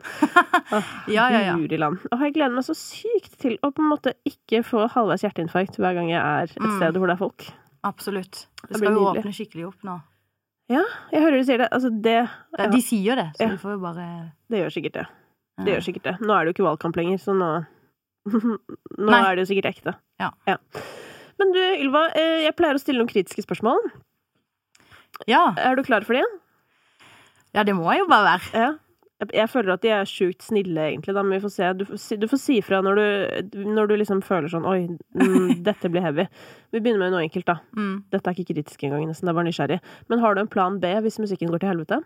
S2: Ja, ja, ja.
S1: Luriland. Og jeg gleder meg så sykt til å på en måte ikke få halvveis hjerteinfarkt hver gang jeg er et
S2: Mm.
S1: sted hvor det er folk.
S2: Absolutt. Det
S1: Det
S2: skal
S1: blir
S2: jo
S1: nydelig.
S2: åpne skikkelig opp nå.
S1: Jeg hører du sier det. Altså, det,
S2: Det- De sier det, så
S1: Ja.
S2: du får jo bare
S1: det gjør sikkert det.
S2: eh,
S1: Det gjør sikkert det. Nå er det jo ikke valgkamp lenger, så nå [laughs] Nå
S2: Nei.
S1: er det jo sikkert ekte.
S2: Ja.
S1: Men du, Ylva, eh, jeg pleier å stille noen kritiske spørsmål.
S2: Ja.
S1: Er du klar for det?
S2: ja, det må jeg jo bare være.
S1: Ja. Jeg- Jeg føler at de er sjukt snille, egentlig. Da, men vi får se. Du får si, du får si fra når du, når du liksom føler sånn Oi, mm, dette blir heavy. Vi begynner med noe enkelt, da.
S2: Mm.
S1: Dette er ikke kritisk engang, nesten. Det er bare nysgjerrig. Men har du en plan B hvis musikken går til helvete?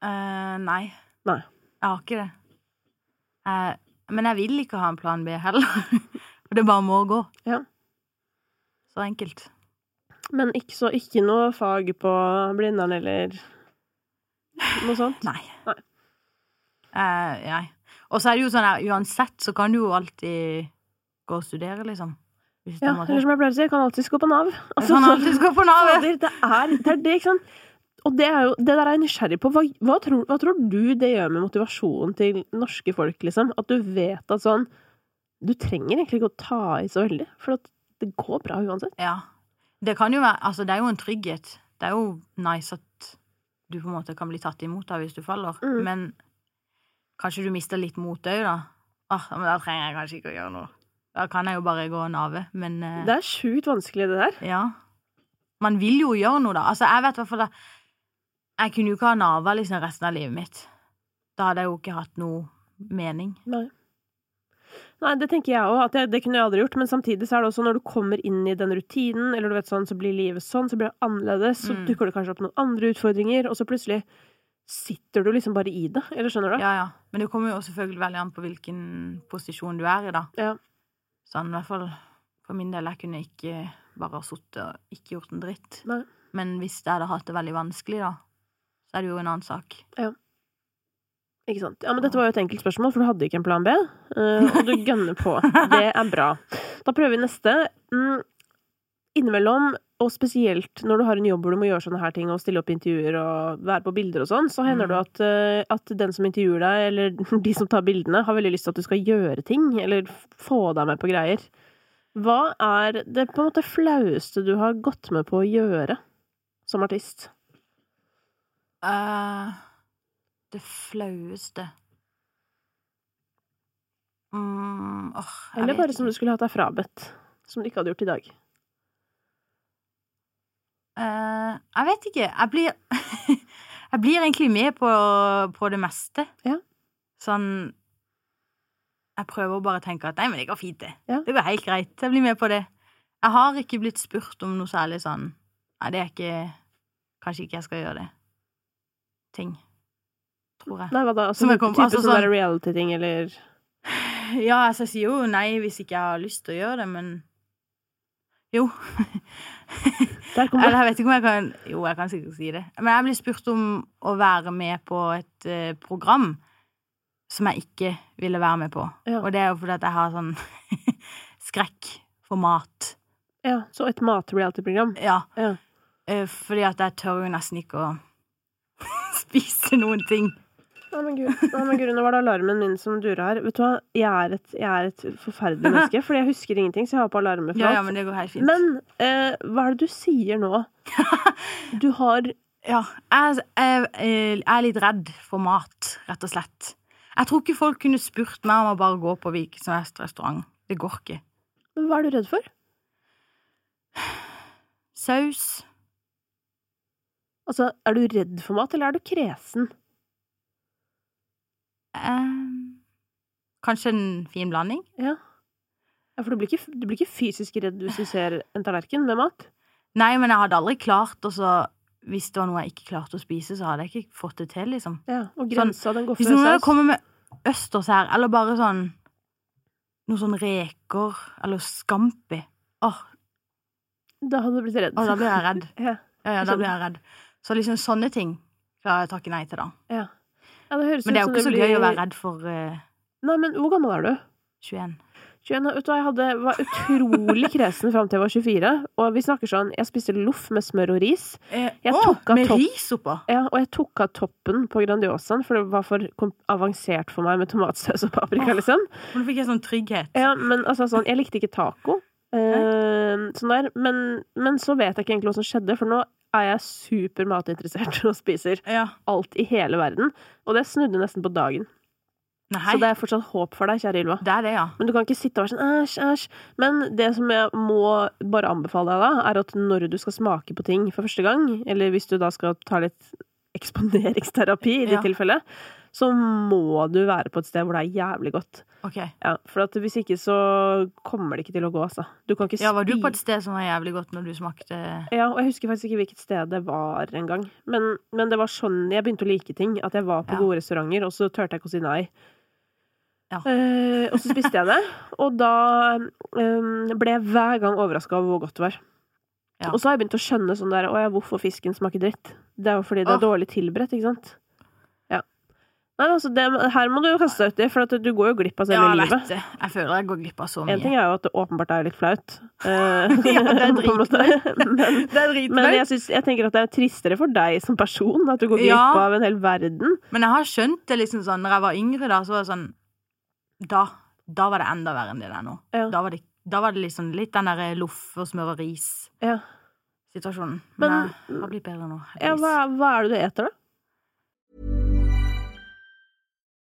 S2: Eh, nei.
S1: Nei.
S2: Jeg har ikke det. Eh, men jeg vil ikke ha en plan B heller. [laughs] For det bare må gå.
S1: Ja.
S2: Så enkelt.
S1: Men ikke så ikke noe fag på Blindern eller noe sånt?
S2: Nei.
S1: Nei.
S2: Eh, nei. Og så er det jo sånn her, uansett så kan du jo alltid gå og studere, liksom. Hvis du
S1: Ja,
S2: måtte.
S1: eller som jeg pleier å si, jeg kan alltids gå på Nav.
S2: Du kan alltid gå på Nav.
S1: Fader, det er det, er det ikke sant? Og det, er jo, det der er jeg nysgjerrig på. Hva, hva, tror, hva tror du det gjør med motivasjonen til norske folk, liksom? At du vet at sånn Du trenger egentlig ikke å ta i så veldig, for at det går bra uansett.
S2: Ja. Det kan jo være Altså, det er jo en trygghet. Det er jo nice at du på en måte kan bli tatt imot da hvis du faller,
S1: Mm.
S2: men kanskje du mister litt mot òg, da. Ah, men da trenger jeg kanskje ikke å gjøre noe. Da kan jeg jo bare gå og nave, men eh,
S1: Det er sjukt vanskelig, det der.
S2: Ja. Man vil jo gjøre noe, da. Altså, jeg vet i hvert fall at Jeg kunne jo ikke ha nava liksom resten av livet mitt. Da hadde jeg jo ikke hatt noe mening.
S1: Nei. Nei, det tenker jeg òg, at jeg, det kunne jeg aldri gjort. Men samtidig så er det også når du kommer inn i den rutinen, eller du vet sånn, så blir livet sånn, så blir det annerledes, så
S2: Mm.
S1: dukker det kanskje opp noen andre utfordringer, og så plutselig sitter du liksom bare i det. Eller skjønner du?
S2: Ja, ja. Men det kommer jo selvfølgelig veldig an på hvilken posisjon du er i, da.
S1: Ja.
S2: Sånn, i hvert fall for min del, jeg kunne ikke bare ha sittet og ikke gjort en dritt.
S1: Nei.
S2: Men hvis jeg hadde hatt det veldig vanskelig, da, så er det jo en annen sak.
S1: Ikke sant. Ja, men dette var jo et enkelt spørsmål, for du hadde ikke en plan B.
S2: [laughs]
S1: eh, og du gønner på. Det er bra. Da prøver vi neste. Mm, innimellom, og spesielt når du har en jobb hvor du må gjøre sånne her ting og stille opp i intervjuer og være på bilder og sånn, så hender
S2: Mm.
S1: det at, eh, at den som intervjuer deg, eller [laughs] de som tar bildene, har veldig lyst til at du skal gjøre ting, eller få deg med på greier. Hva er det på en måte flaueste du har gått med på å gjøre som artist?
S2: Eh, det flaueste mm, åh, jeg
S1: Eller
S2: vet
S1: bare som
S2: ikke.
S1: du skulle hatt deg frabedt, som du ikke hadde gjort i dag?
S2: Eh, Jeg vet ikke. Jeg blir [laughs] Jeg blir egentlig med på, på det meste.
S1: Ja.
S2: Sånn Jeg prøver å bare tenke at nei, men det går fint, det.
S1: Ja.
S2: Det går helt greit. Jeg blir med på det. Jeg har ikke blitt spurt om noe særlig sånn Nei, det er ikke Kanskje ikke jeg skal gjøre det. Ting. Tror jeg.
S1: Nei, hva da? Altså,
S2: Som jeg kom-
S1: type
S2: altså
S1: sånn
S2: sånn-
S1: der reality-ting, eller
S2: Ja, altså, jeg sier jo nei hvis ikke jeg har lyst til å gjøre det, men Jo. [laughs]
S1: Der kom
S2: Eller
S1: det.
S2: jeg vet ikke om jeg kan Jo, jeg kan sikkert si det. Men jeg ble spurt om å være med på et eh, program som jeg ikke ville være med på.
S1: Ja.
S2: Og det er jo fordi at jeg har sånn [laughs] skrekk for mat.
S1: Ja, så et mat-reality-program.
S2: Ja.
S1: Ja.
S2: eh, Fordi at jeg tør jo nesten ikke å [laughs] spise noen ting.
S1: Nei, men gud, Nei, men gud nå var det alarmen min som dura her. Vet du hva, jeg er et, jeg er et
S2: [laughs]
S1: forferdelig menneske, fordi jeg husker ingenting, så jeg har på alarme for
S2: Ja, ja,
S1: alt.
S2: men det går helt fint.
S1: Men eh, hva er det du sier nå?
S2: [laughs]
S1: Du har
S2: Ja, jeg, jeg, jeg er litt redd for mat, rett og slett. Jeg tror ikke folk kunne spurt meg om å bare gå på hvilken som helst restaurant. Det går ikke.
S1: Men Hva er du redd for?
S2: Saus.
S1: Altså, er du redd for mat, eller er du kresen?
S2: Ehm, kanskje en fin blanding?
S1: Ja. ja for du blir, ikke, du blir ikke fysisk redd hvis du ser en tallerken med mat?
S2: Nei, men jeg hadde aldri klart og så Hvis det var noe jeg ikke klarte å spise, så hadde jeg ikke fått det til, liksom.
S1: Ja, og
S2: Sånn,
S1: grensa, den går
S2: Hvis
S1: for
S2: noen hadde
S1: saus.
S2: kommet med østers her, eller bare sånn Noe sånn reker eller scampi Åh,
S1: Da hadde du blitt redd.
S2: åh, da blir jeg redd.
S1: Ja.
S2: Ja, ja, da blir jeg redd. Så liksom sånne ting klarer jeg å takke nei til, da.
S1: Ja. ja det høres
S2: Men det er
S1: ut
S2: jo
S1: som
S2: ikke så
S1: blir-
S2: gøy å være redd for eh,
S1: Nei, men hvor gammel er du?
S2: 21.
S1: 21, vet du hva, jeg hadde, var utrolig kresen fram til jeg var 24. Og vi snakker sånn, jeg spiste loff med smør og ris. Jeg
S2: Eh, Åh,
S1: tok av
S2: med
S1: topp-
S2: ris oppå!
S1: Ja, og jeg tok av toppen på Grandiosaen, for det var for kom- avansert for meg med tomatsaus og paprika,
S2: Åh.
S1: liksom.
S2: Men Nå fikk jeg sånn trygghet.
S1: Ja, men altså sånn, jeg likte ikke taco. Eh, sånn der. Men, men så vet jeg ikke egentlig hva som skjedde, for nå er jeg super matinteressert [laughs] og spiser
S2: Ja.
S1: alt i hele verden. Og det snudde nesten på dagen.
S2: Nei,
S1: Så det er fortsatt håp for deg, kjære Ylva.
S2: det er det, ja.
S1: Men du kan ikke sitte og være sånn æsj, æsj. Men det som jeg må bare anbefale deg, da, er at når du skal smake på ting for første gang, eller hvis du da skal ta litt eksponeringsterapi i ditt
S2: Ja.
S1: tilfelle, så må du være på et sted hvor det er jævlig godt.
S2: Ok.
S1: Ja, for at hvis ikke så kommer det ikke til å gå, altså. Du kan ikke
S2: Ja, var du på et
S1: spi-
S2: sted som var jævlig godt når du smakte
S1: Ja, og jeg husker faktisk ikke hvilket sted det var engang. Men, men det var sånn jeg begynte å like ting. At jeg var på
S2: Ja.
S1: gode restauranter, og så turte jeg ikke å si nei.
S2: Ja.
S1: Eh, og så spiste
S2: [laughs]
S1: jeg det, og da eh, ble jeg hver gang overraska over hvor godt det var.
S2: Ja.
S1: Og så har jeg begynt å skjønne sånn der Å ja, hvorfor fisken smaker dritt. Det er jo fordi det er
S2: Åh.
S1: dårlig tilberedt, ikke sant? Ja. Nei, altså, det, her må du jo kaste deg uti, for at du går jo glipp av
S2: Ja,
S1: selve
S2: jeg
S1: livet.
S2: vet det. Jeg føler jeg går glipp av så
S1: En ting
S2: mye.
S1: er [laughs] jo at det åpenbart er litt flaut. eh,
S2: [laughs] det er
S1: [laughs] på en måte. Men,
S2: [laughs] Det er
S1: men jeg, synes, jeg tenker at det er tristere for deg som person at du går glipp
S2: Ja.
S1: av en hel verden.
S2: Men jeg har skjønt det liksom sånn Når jeg var yngre, da, så var det sånn Da, da var det enda verre enn det der nå.
S1: Ja.
S2: Da var det, da var det liksom litt den derre loff og smør og ris-situasjonen.
S1: Ja.
S2: Men, eh,
S1: Men-
S2: jeg har blitt bedre nå.
S1: Ja,
S2: heldigvis.
S1: hva, hva er det du eter, da?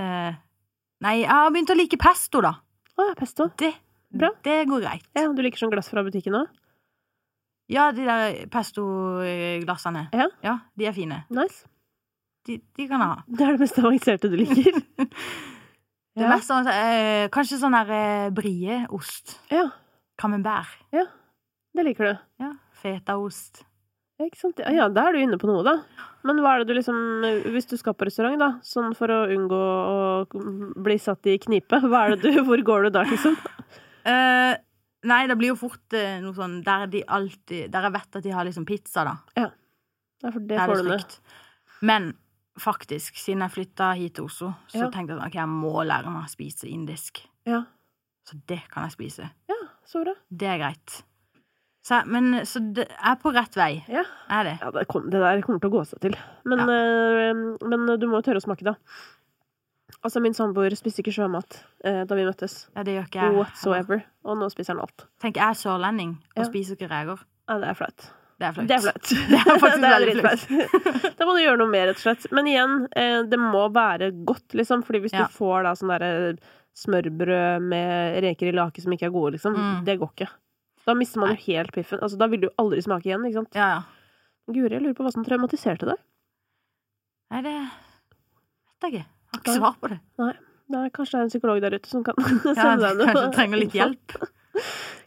S2: Eh, nei, jeg har begynt å like pesto, da.
S1: Å ja, pesto.
S2: Det,
S1: Bra.
S2: det går greit.
S1: Ja, du liker sånn glass fra butikken òg?
S2: Ja, de der pestoglassene.
S1: Ja.
S2: Ja, de er fine.
S1: Nice.
S2: De, de kan jeg ha.
S1: Det er det mest avanserte du [laughs] liker.
S2: [laughs] Det verste er at, eh, kanskje sånn der eh, brieost.
S1: ja,
S2: Camembert.
S1: det liker du.
S2: Ja. Fetaost.
S1: Ja, Ikke sant? Ja, Ja, da er du inne på noe, da. Men hva er det du liksom Hvis du skal på restaurant, da, sånn for å unngå å bli satt i knipe, hva er det du [laughs] Hvor går du da, liksom?
S2: Eh, nei, det blir jo fort eh, noe sånn der de alltid Der jeg vet at de har liksom pizza, da.
S1: Ja, for det
S2: Det er
S1: får du
S2: litt
S1: med.
S2: trygt. Men faktisk, siden jeg flytta hit til Oslo, så
S1: Ja.
S2: tenkte jeg at ok, jeg må lære meg å spise indisk.
S1: Ja.
S2: Så det kan jeg spise.
S1: ja, så bra.
S2: Det er greit. Så, jeg- men, så det, jeg er på rett vei.
S1: Ja,
S2: Jeg Er det?
S1: ja det, kom, det der kommer til å gå seg til. Men, eh, men du må jo tørre å smake, da. Altså, min samboer spiste ikke sjømat eh, da vi møttes.
S2: Ja, det gjør ikke jeg.
S1: Whatsoever. Og nå spiser han alt.
S2: Tenk, jeg er sørlending og
S1: Ja.
S2: spiser ikke reker.
S1: Ja, det er flaut.
S2: Det er flaut.
S1: [laughs] Det er flaut.
S2: [laughs] Det er faktisk veldig
S1: dritflaut. [laughs] Da må du gjøre noe mer, rett og slett. Men igjen, eh, det må være godt, liksom. Fordi hvis
S2: Ja.
S1: du får da sånn derre smørbrød med reker i lake som ikke er gode, liksom,
S2: Mm.
S1: det går ikke. Da mister man jo helt piffen. Altså, da vil du jo aldri smake igjen, ikke sant.
S2: Ja, ja.
S1: Guri, jeg lurer på hva som traumatiserte deg.
S2: Nei, det vet jeg ikke. Jeg har ikke
S1: Nei.
S2: svar på det.
S1: Nei, kanskje det er en psykolog der ute som kan [laughs] sende
S2: Ja,
S1: deg noe.
S2: kanskje jeg trenger
S1: [laughs]
S2: litt hjelp.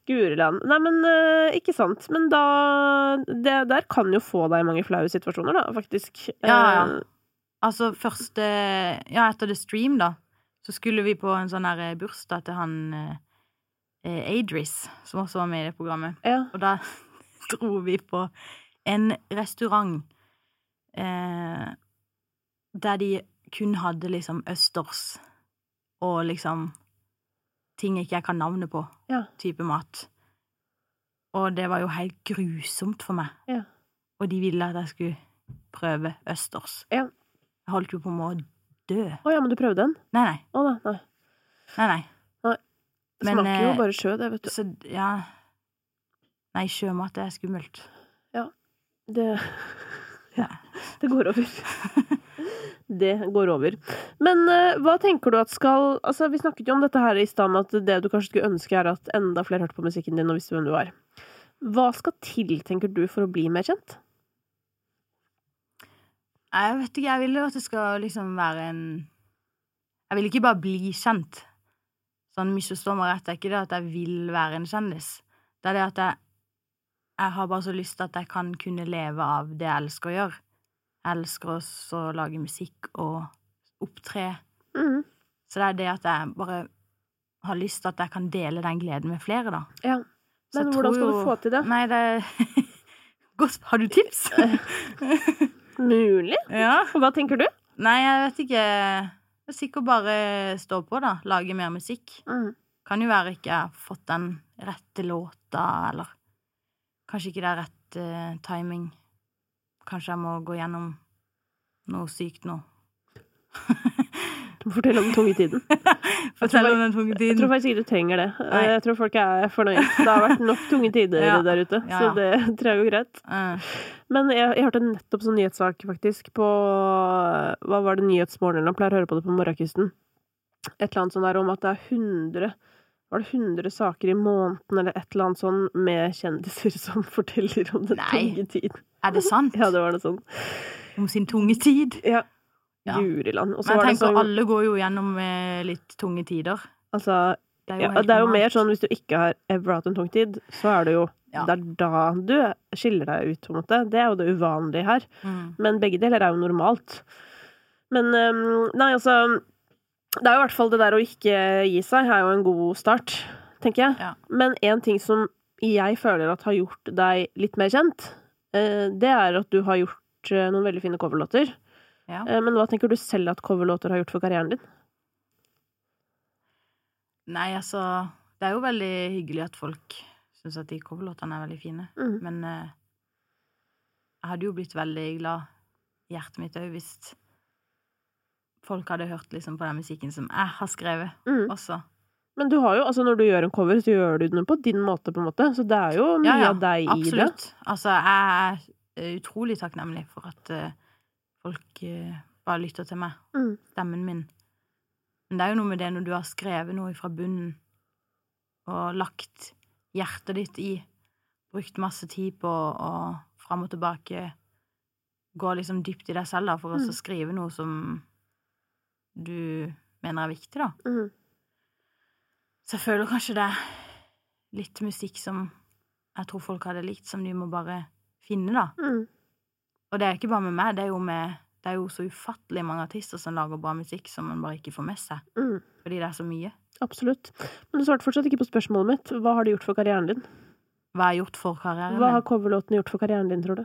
S1: Guriland. Nei, men eh, ikke sant. Men da Det der kan jo få deg i mange flaue situasjoner, da, faktisk.
S2: Ja,
S1: Eh,
S2: ja. Altså, første Ja, etter The Stream, da, så skulle vi på en sånn her eh, bursdag til han eh, Adris, som også var med i det programmet.
S1: ja.
S2: Og da [laughs] dro vi på en restaurant eh, der de kun hadde liksom østers og liksom ting ikke jeg kan navnet på,
S1: Ja.
S2: type mat. Og det var jo helt grusomt for meg.
S1: Ja.
S2: Og de ville at jeg skulle prøve østers.
S1: Ja.
S2: Jeg holdt jo på med å dø.
S1: Å ja, men du prøvde den?
S2: Nei, nei.
S1: Å da, nei.
S2: nei, nei.
S1: Det
S2: Men,
S1: smaker jo
S2: eh,
S1: bare sjø, det, vet du.
S2: Så, ja Nei, sjømat det er skummelt. [laughs]
S1: Det,
S2: Ja.
S1: [laughs] det går over. Det går over. Men eh, hva tenker du at skal Altså, vi snakket jo om dette her i stad, med at det du kanskje skulle ønske, er at enda flere hørte på musikken din og visste hvem du var. Hva skal til, tenker du, for å bli mer kjent?
S2: Jeg vet ikke, jeg vil jo at det skal liksom være en Jeg vil ikke bare bli kjent. Sånn misforstå meg rett, det er ikke det at jeg vil være en kjendis. Det er det at jeg Jeg har bare så lyst til at jeg kan kunne leve av det jeg elsker å gjøre. Jeg elsker også å lage musikk og opptre.
S1: Mhm.
S2: Så det er det at jeg bare har lyst til at jeg kan dele den gleden med flere, da.
S1: Ja. Men
S2: Så
S1: hvordan
S2: jeg tror
S1: skal du
S2: jo-
S1: få til det?
S2: Nei, det [laughs] Godt. Har du
S1: [laughs]
S2: tips?
S1: Mulig?
S2: ja.
S1: Hva tenker du?
S2: Nei, jeg vet ikke. Det er sikkert bare stå på, da. Lage mer musikk.
S1: Mhm.
S2: Kan jo være ikke jeg har fått den rette låta, eller Kanskje ikke det er rett eh, timing. Kanskje jeg må gå gjennom noe sykt nå.
S1: Du må fortelle om den tunge tiden.
S2: Fortell
S1: bare-
S2: om den tunge
S1: Jeg tror
S2: tiden.
S1: faktisk ikke du trenger det.
S2: Nei.
S1: Jeg tror folk er fornøyd. Det har vært nok tunge tider
S2: [laughs] Ja.
S1: der ute,
S2: Ja,
S1: så
S2: ja.
S1: det tror jeg går greit.
S2: Eh,
S1: Men jeg, jeg hørte nettopp sånn nyhetssak, faktisk, på Hva var det Nyhetsmorgen eller noe? Pleier å høre på det på morgenkvisten. Et eller annet sånn der om at det er 100 Var det 100 saker i måneden eller et eller annet sånn med kjendiser som [laughs] forteller om den
S2: Nei.
S1: tunge tiden?
S2: er det sant?
S1: Ja, det var noe sånn.
S2: Om sin tunge tid?
S1: Ja.
S2: Ja.
S1: Guriland. Og så
S2: Men
S1: var
S2: jeg
S1: det
S2: tenker
S1: sånn
S2: alle går jo gjennom eh, litt tunge tider.
S1: Altså,
S2: Det er jo,
S1: ja,
S2: helt
S1: det er jo
S2: normalt.
S1: mer sånn hvis du ikke har ever hatt en tung tid, så er det jo
S2: Ja.
S1: Det er da du skiller deg ut, på en måte. Det er jo det uvanlige her.
S2: Mm.
S1: Men begge deler er jo normalt. Men øhm, nei, altså Det er jo i hvert fall det der å ikke gi seg er jo en god start, tenker jeg.
S2: Ja.
S1: Men en ting som jeg føler at har gjort deg litt mer kjent, eh, det er at du har gjort eh, noen veldig fine coverlåter.
S2: Ja.
S1: Eh, Men hva tenker du selv at coverlåter har gjort for karrieren din?
S2: Nei, altså Det er jo veldig hyggelig at folk syns at de coverlåtene er veldig fine.
S1: Mm.
S2: Men eh, jeg hadde jo blitt veldig glad i hjertet mitt òg hvis folk hadde hørt liksom, på den musikken som jeg har skrevet
S1: Mm.
S2: også.
S1: Men du har jo, altså når du gjør en cover, så gjør du den på din måte, på en måte. Så det er jo mye av deg
S2: absolutt. Altså, jeg er utrolig takknemlig for at eh, folk eh, bare lytter til meg.
S1: Mm.
S2: Stemmen min. Men det er jo noe med det når du har skrevet noe fra bunnen, og lagt hjertet ditt i, brukt masse tid på å fram og tilbake gå liksom dypt i deg selv da, for å
S1: Mm.
S2: så skrive noe som du mener er viktig, da.
S1: i det. Mm.
S2: Så jeg føler kanskje det er litt musikk som jeg tror folk hadde likt, som de må bare finne, da.
S1: Mm.
S2: Og det er ikke bare med meg, det er jo med Det er jo så ufattelig mange artister som lager bra musikk som man bare ikke får med seg,
S1: Mm.
S2: fordi det er så mye.
S1: Absolutt. Men du svarte fortsatt ikke på spørsmålet mitt. Hva har det gjort for karrieren din?
S2: Hva jeg har gjort for karrieren
S1: Hva har
S2: min.
S1: coverlåtene gjort for karrieren din, tror du?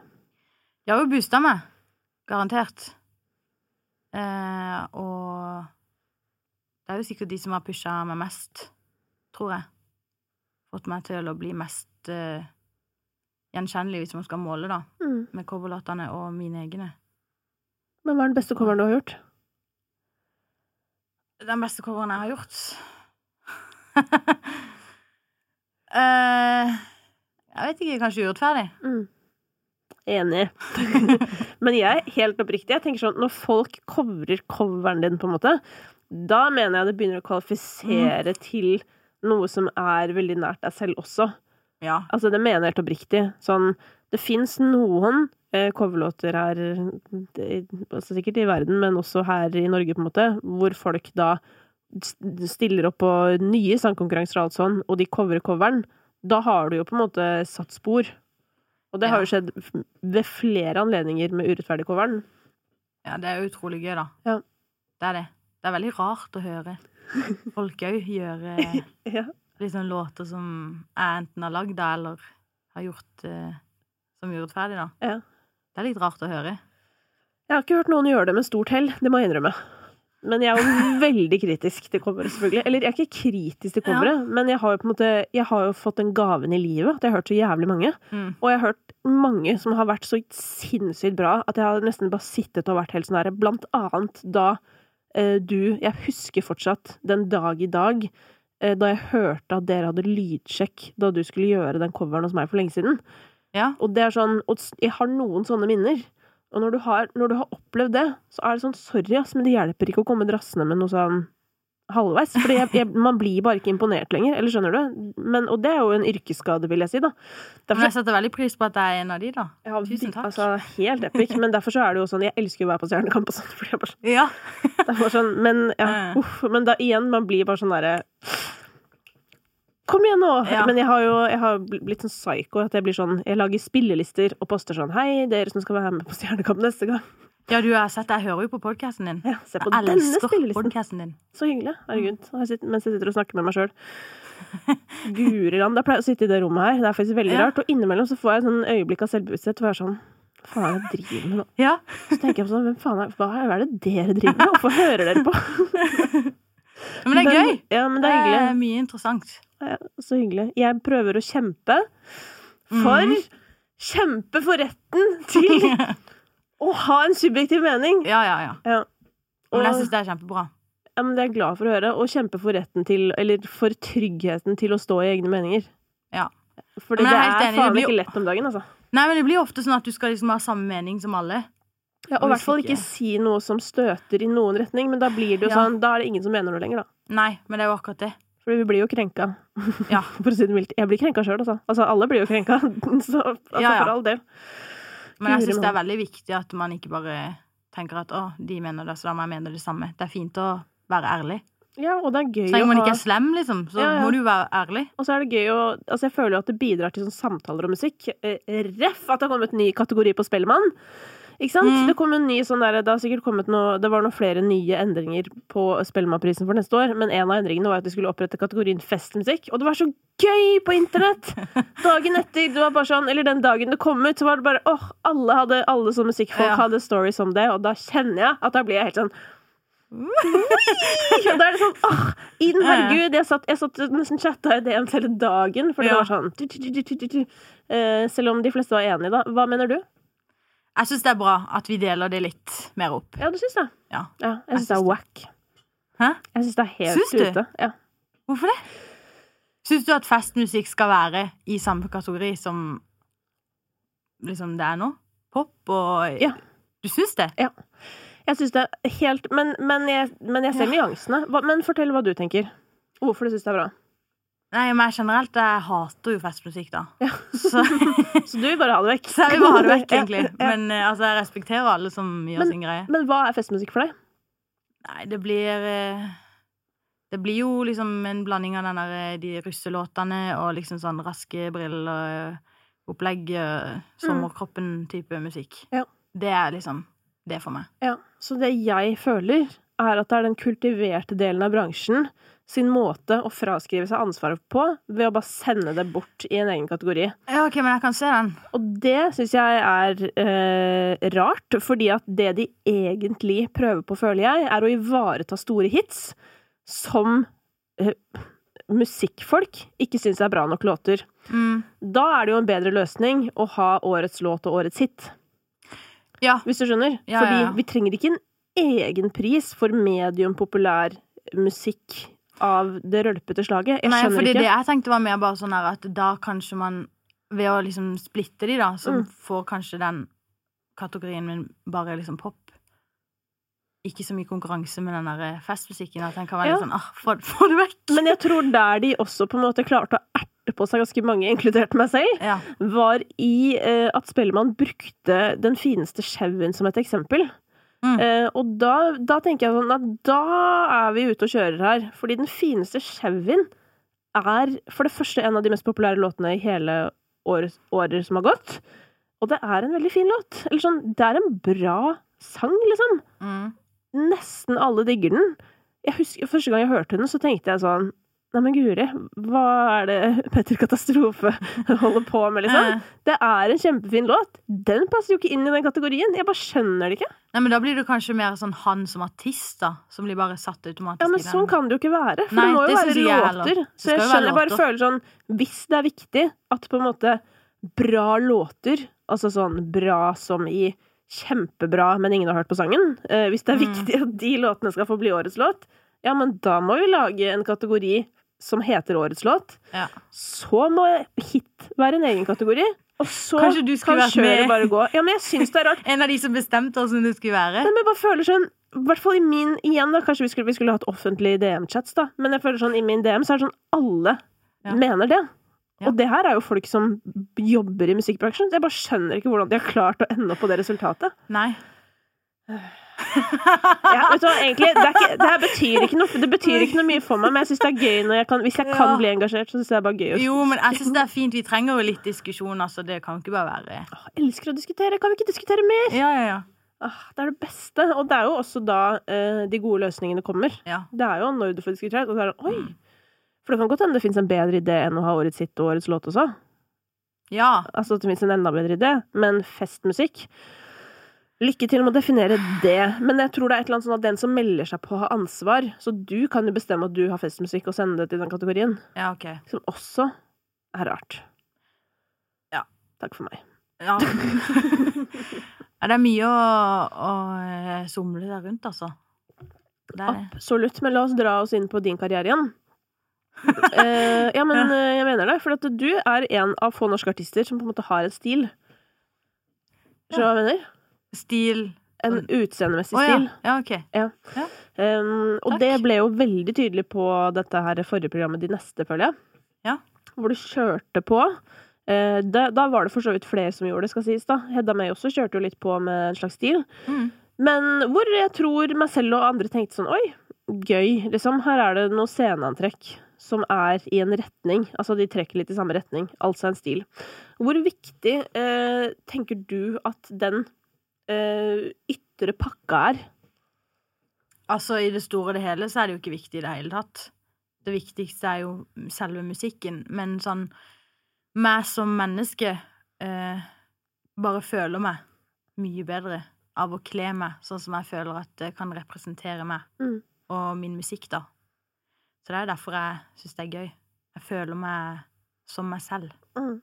S2: Jeg har jo boosta meg. Garantert. Eh, og det er jo sikkert de som har pusha meg mest, tror jeg. Fått meg til å bli mest eh, gjenkjennelig, hvis man skal måle, da.
S1: Mm.
S2: med coverlåtene og mine egne.
S1: Men hva er den beste coveren du har gjort?
S2: Den beste coveren jeg har gjort [laughs] Eh, Jeg vet ikke. Kanskje urettferdig.
S1: Mm. Enig. [laughs] Men jeg, helt oppriktig, jeg tenker sånn når folk covrer coveren din, på en måte, da mener jeg det begynner å kvalifisere til noe som er veldig nært deg selv også.
S2: Ja.
S1: Altså, det mener jeg helt oppriktig. Sånn, det fins noen eh, coverlåter her, det- altså sikkert i verden, men også her i Norge, på en måte, hvor folk da s- stiller opp på nye sangkonkurranser og alt sånn, og de coverer coveren. Da har du jo på en måte satt spor. Og det har jo
S2: Ja.
S1: skjedd f- ved flere anledninger med Urettferdig-coveren.
S2: ja, det er utrolig gøy, da.
S1: Ja.
S2: Det er det. Det er veldig rart å høre folk òg
S1: [laughs]
S2: gjøre
S1: Ja.
S2: liksom låter som jeg enten har lagd, da, eller har gjort eh, som urettferdig, da.
S1: Ja.
S2: Det er litt rart å høre.
S1: Jeg har ikke hørt noen gjøre det med stort hell, det må jeg innrømme. Men jeg er jo veldig kritisk til coveret, selvfølgelig. Eller jeg er ikke kritisk til coveret, men jeg har jo på en måte jeg har jo fått den gaven i livet at jeg har hørt så jævlig mange.
S2: Mm.
S1: Og jeg har hørt mange som har vært så sinnssykt bra at jeg har nesten bare sittet og vært helt sånn her. Blant annet da eh, du Jeg husker fortsatt den dag i dag eh, da jeg hørte at dere hadde lydsjekk da du skulle gjøre den coveren hos meg for lenge siden.
S2: Ja.
S1: Og det er sånn, og s- jeg har noen sånne minner. Og når du har, når du har opplevd det, så er det sånn sorry, ass, men det hjelper ikke å komme drassende med noe sånn halvveis. For
S2: [laughs]
S1: man blir bare ikke imponert lenger, eller skjønner du? Men, og det er jo en yrkesskade, vil jeg si, da.
S2: Men
S1: Derfor,
S2: jeg setter veldig pris på at jeg er en av de, da.
S1: jeg har,
S2: tusen takk.
S1: Altså, helt epic. Men derfor så er det jo sånn, jeg elsker jo å være på Stjernekamp og sånn, [laughs] fordi jeg bare,
S2: Ja.
S1: det er bare sånn Men ja,
S2: Ja, ja.
S1: uff. Men da igjen, man blir bare sånn derre Kom igjen nå!
S2: Ja.
S1: Men jeg har jo jeg har bl- blitt sånn psyko at jeg blir sånn Jeg lager spillelister og poster sånn Hei, dere som skal være med på Stjernekamp neste gang.
S2: ja, du jeg har sett Jeg hører jo på podkasten din.
S1: Ja, se på
S2: Jeg
S1: denne
S2: elsker Mm.
S1: spillelisten.
S2: podkasten din.
S1: Så hyggelig. Herregud. Her sitter- Mens jeg sitter og snakker med meg sjøl.
S2: [laughs]
S1: Guri land. Jeg pleier å sitte i det rommet her. Det er faktisk veldig
S2: Ja.
S1: rart. Og innimellom så får jeg sånn øyeblikk av selvbevissthet hvor jeg er sånn Hva faen er det jeg driver med nå?
S2: Ja.
S1: Så tenker jeg på sånn Hvem faen er, hva er det dere driver med? Hvorfor hører dere
S2: [laughs]
S1: på?
S2: Men det er gøy. Eh,
S1: Ja, men det er hyggelig.
S2: Det er mye interessant.
S1: Ja, Eh, så hyggelig. Jeg prøver å kjempe for
S2: Mhm.
S1: Kjempe for retten [laughs] til å ha en subjektiv mening!
S2: Ja, ja, ja.
S1: Ja.
S2: Men jeg
S1: Og-
S2: syns det er kjempebra.
S1: Ja, men det er jeg glad for å høre. Og kjempe for retten til, eller for tryggheten til å stå i egne meninger.
S2: Ja.
S1: For
S2: Men
S1: det
S2: jeg er helt
S1: er
S2: enig, det
S1: faen
S2: blir jo-
S1: ikke lett om dagen, altså.
S2: Nei, men det blir ofte sånn at du skal liksom ha samme mening som alle.
S1: Ja, og i
S2: Hvis
S1: hvert fall ikke
S2: ikke-
S1: si noe som støter i noen retning, men da blir det jo
S2: Ja.
S1: sånn, da er det ingen som mener noe lenger, da.
S2: Nei, men det er jo akkurat det.
S1: For vi blir jo krenka, [laughs]
S2: Ja.
S1: for å si det mildt. Jeg blir krenka sjøl, altså. Altså, alle blir jo krenka. [laughs] Så altså,
S2: Ja, ja.
S1: for all del.
S2: Men jeg syns det er veldig viktig at man ikke bare tenker at å, de mener det, så da må jeg mene det samme. Det er fint å være ærlig.
S1: Ja, og det er gøy
S2: Så lenge
S1: å
S2: man
S1: ha
S2: ikke er slem, liksom, så
S1: Ja, ja.
S2: må du være ærlig.
S1: Og så er det gøy å Altså, jeg føler jo at det bidrar til sånn samtaler om musikk. Eh, Ref at det har kommet en ny kategori på Spellemann. Ikke sant?
S2: Mm.
S1: Det kom en ny sånn der, det har sikkert kommet noe Det var noen flere nye endringer på Spellemannprisen for neste år, men en av endringene var at de skulle opprette kategorien festmusikk. Og det var så gøy på
S2: [laughs]
S1: internett! Dagen etter, det var bare sånn Eller den dagen det kom ut, så var det bare åh, alle hadde Alle som musikkfolk
S2: Ja.
S1: hadde stories om det, og da kjenner jeg at da blir jeg
S2: [laughs]
S1: helt sånn da er det sånn åh, Iden, herregud! Jeg satt, jeg satt og nesten chatta i DMs hele dagen, for det
S2: Ja.
S1: var sånn tu, tu, tu, tu, tu, tu. Eh, Selv om de fleste var enige, da. Hva mener du?
S2: Jeg syns det er bra at vi deler det litt mer opp.
S1: Ja, det syns jeg.
S2: Ja.
S1: Ja, jeg syns
S2: Jeg
S1: det er
S2: syns
S1: whack.
S2: Hæ?
S1: Jeg syns det er helt
S2: Syns du?
S1: ute. Ja.
S2: Hvorfor det? Syns du at festmusikk skal være i samme kategori som liksom det er nå? Pop og
S1: Ja.
S2: Du syns det?
S1: Jeg syns det er helt Men, men, jeg, men jeg ser nyansene. Hva, men fortell hva du tenker. Og Hvorfor du syns det er bra.
S2: Nei, men generelt, jeg hater jo festmusikk,
S1: [laughs]
S2: da. [laughs] Så,
S1: Så du vil bare ha det vekk.
S2: så jeg vil bare ha det vekk, egentlig.
S1: Ja, ja.
S2: Men eh, altså, jeg respekterer alle som gjør sin greie.
S1: Men hva er festmusikk for deg?
S2: Nei, det blir eh, Det blir jo liksom en blanding av den der, eh, de russelåtene og liksom sånn raske briller, opplegg, eh, sommerkroppen-type musikk.
S1: Mm. Ja.
S2: Det er liksom det for meg.
S1: Ja, så det jeg føler er at det er den kultiverte delen av bransjen sin måte å fraskrive seg ansvaret på ved å bare sende det bort i en egen kategori.
S2: Ja, OK, men jeg kan se den.
S1: Og det syns jeg er eh, rart, fordi at det de egentlig prøver på, føler jeg, er å ivareta store hits som eh, musikkfolk ikke syns er bra nok låter.
S2: Mm.
S1: Da er det jo en bedre løsning å ha årets låt og årets hit.
S2: Ja.
S1: Hvis du skjønner?
S2: Ja,
S1: Fordi
S2: ja, ja.
S1: vi trenger ikke en egen pris for medium populær musikk av det rølpete slaget. Jeg
S2: Nei,
S1: skjønner
S2: fordi
S1: ikke.
S2: det jeg tenkte var mer bare sånn her at da kanskje man Ved å liksom splitte de, da, så
S1: Mm.
S2: får kanskje den kategorien min bare liksom pop. Ikke så mye konkurranse med den der eh, festmusikken. At den kan være
S1: Ja.
S2: litt sånn ah, få, få det vekk!
S1: Men jeg tror der de også på en måte klarte å erte på seg ganske mange, inkludert meg selv,
S2: Ja.
S1: var i eh, at Spellemann brukte den fineste sjauen som et eksempel.
S2: Mm.
S1: Eh, og da, da tenker jeg sånn at da er vi ute og kjører her. Fordi den fineste sjauen er for det første en av de mest populære låtene i hele år, året som har gått. Og det er en veldig fin låt. Eller sånn, det er en bra sang, liksom.
S2: Mm.
S1: Nesten alle digger den. Jeg husker, Første gang jeg hørte den, så tenkte jeg sånn Nei, men guri, hva er det Petter Katastrofe [laughs] holder på med, liksom?
S2: Eh.
S1: Det er en kjempefin låt. Den passer jo ikke inn i den kategorien. Jeg bare skjønner det ikke.
S2: Nei, men Da blir det kanskje mer sånn han som artist, da. Som blir bare satt automatisk
S1: Ja, men
S2: i den.
S1: sånn kan det jo ikke være. For
S2: Nei,
S1: det må jo
S2: det
S1: være
S2: synes ikke jeg heller.
S1: låter.
S2: Det
S1: Så jeg
S2: skal jo være
S1: skjønner jeg bare
S2: låter.
S1: føler sånn Hvis det er viktig at på en måte bra låter, altså sånn bra som i kjempebra, men ingen har hørt på sangen eh, Hvis det er
S2: Mm.
S1: viktig at de låtene skal få bli årets låt, ja, men da må vi lage en kategori som heter årets låt.
S2: Ja.
S1: Så må hit være en egen kategori. Og så
S2: Kanskje du skulle
S1: kan
S2: vært med.
S1: kjøret bare gå. Ja, men jeg syns det er rart.
S2: [laughs] En av de som bestemte åssen det skulle være.
S1: Nei, men jeg bare føler sånn i hvert fall i min igjen da, Kanskje vi skulle, vi skulle hatt offentlige DM-chats, da. Men jeg føler sånn, i min DM så er det sånn alle
S2: Ja.
S1: mener det.
S2: Ja.
S1: Og det her er jo folk som jobber i musikkbransjen. Så jeg bare skjønner ikke hvordan de har klart å ende opp på det resultatet.
S2: Nei.
S1: Ja, vet du hva, egentlig, det, er ikke, det her betyr ikke noe Det betyr ikke noe mye for meg, men jeg syns det er gøy når jeg kan, hvis jeg kan
S2: Ja.
S1: bli engasjert. Så synes jeg det er bare gøy å
S2: Jo, men jeg syns det er fint. Vi trenger jo litt diskusjon, altså. Det kan ikke bare være
S1: Åh, jeg elsker å diskutere! Kan vi ikke diskutere mer?
S2: Ja, ja, ja.
S1: Åh, Ah, det er det beste. Og det er jo også da eh, de gode løsningene kommer.
S2: ja. Mm.
S1: Det er jo når du får diskutert, og så er det oi! For det kan godt hende det fins en bedre idé enn å ha årets hit og årets låt også.
S2: ja.
S1: Altså at det fins en enda bedre idé, men festmusikk Lykke til med å definere det, men jeg tror det er et eller annet sånn at den som melder seg på, har ansvar. Så du kan jo bestemme at du har festmusikk og sende det til den kategorien,
S2: Ja, OK.
S1: som også er rart.
S2: Ja.
S1: Takk for meg.
S2: Ja. ja det er mye å, å eh, somle der rundt, altså. Det er det.
S1: Absolutt, men la oss dra oss inn på din karriere igjen.
S2: [laughs]
S1: Eh, ja, men eh, jeg mener det, for at du er en av få norske artister som på en måte har en stil. Skjønner du hva jeg mener?
S2: Stil
S1: En utseendemessig
S2: Mm. Å ja.
S1: stil.
S2: ja. OK.
S1: Um, og
S2: Takk.
S1: det ble jo veldig tydelig på dette her forrige programmet, De neste, føler jeg.
S2: Ja.
S1: Hvor du kjørte på. Eh, da, da var det for så vidt flere som gjorde det, skal sies. da. Hedda May også kjørte jo litt på med en slags stil.
S2: Mm.
S1: Men hvor jeg tror meg selv og andre tenkte sånn Oi, gøy, liksom. Her er det noen sceneantrekk som er i en retning. Altså de trekker litt i samme retning. Altså en stil. Hvor viktig eh, tenker du at den eh, ytre pakka er?
S2: Altså, i det store og det hele så er det jo ikke viktig i det hele tatt. Det viktigste er jo selve musikken, men sånn Meg som menneske eh, bare føler meg mye bedre av å kle meg sånn som jeg føler at det kan representere meg
S1: Mm.
S2: og min musikk, da. Så det er derfor jeg syns det er gøy. Jeg føler meg som meg selv.
S1: Mm.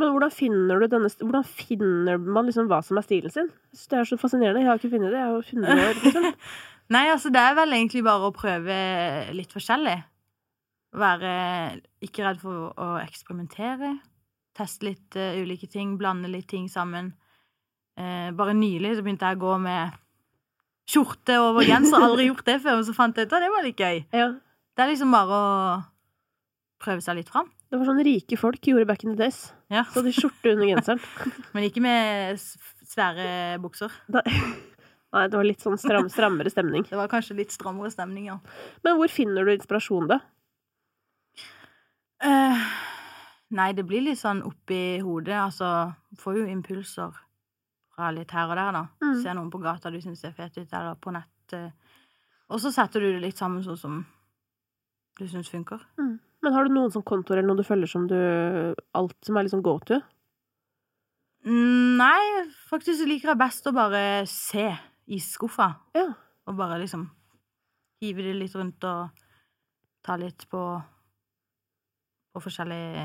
S1: Men hvordan finner du denne st- Hvordan finner man liksom hva som er stilen sin? Jeg synes Det er så fascinerende. Jeg har ikke funnet det. Jeg er jo 100 år, liksom.
S2: [laughs] Nei, altså det er vel egentlig bare å prøve litt forskjellig. Være ikke redd for å eksperimentere. Teste litt eh, ulike ting, blande litt ting sammen. Eh, bare nylig så begynte jeg å gå med skjorte over genser. Aldri gjort det før, men så fant jeg ut at det var litt gøy.
S1: Ja.
S2: Det er liksom bare å prøve seg litt fram.
S1: Det var sånn rike folk gjorde back in the days.
S2: Ja.
S1: Så hadde de skjorte under genseren.
S2: Men ikke med s- svære bukser.
S1: Da, [laughs] nei, det var litt sånn stram, strammere stemning.
S2: Det var kanskje litt strammere stemning, ja.
S1: Men hvor finner du inspirasjon, da?
S2: Eh, nei, det blir litt sånn oppi hodet. Altså, får jo impulser fra litt her og der, da.
S1: Mm.
S2: Ser noen på gata du syns ser fet ut, eller på nett. eh. Og så setter du det litt sammen sånn som du syns funker.
S1: Men har du noen sånn kontoer eller noe du følger som du Alt som er liksom go to?
S2: Mm, nei, faktisk så liker jeg best å bare se i skuffa.
S1: Ja.
S2: Og bare liksom hive det litt rundt og ta litt på på forskjellige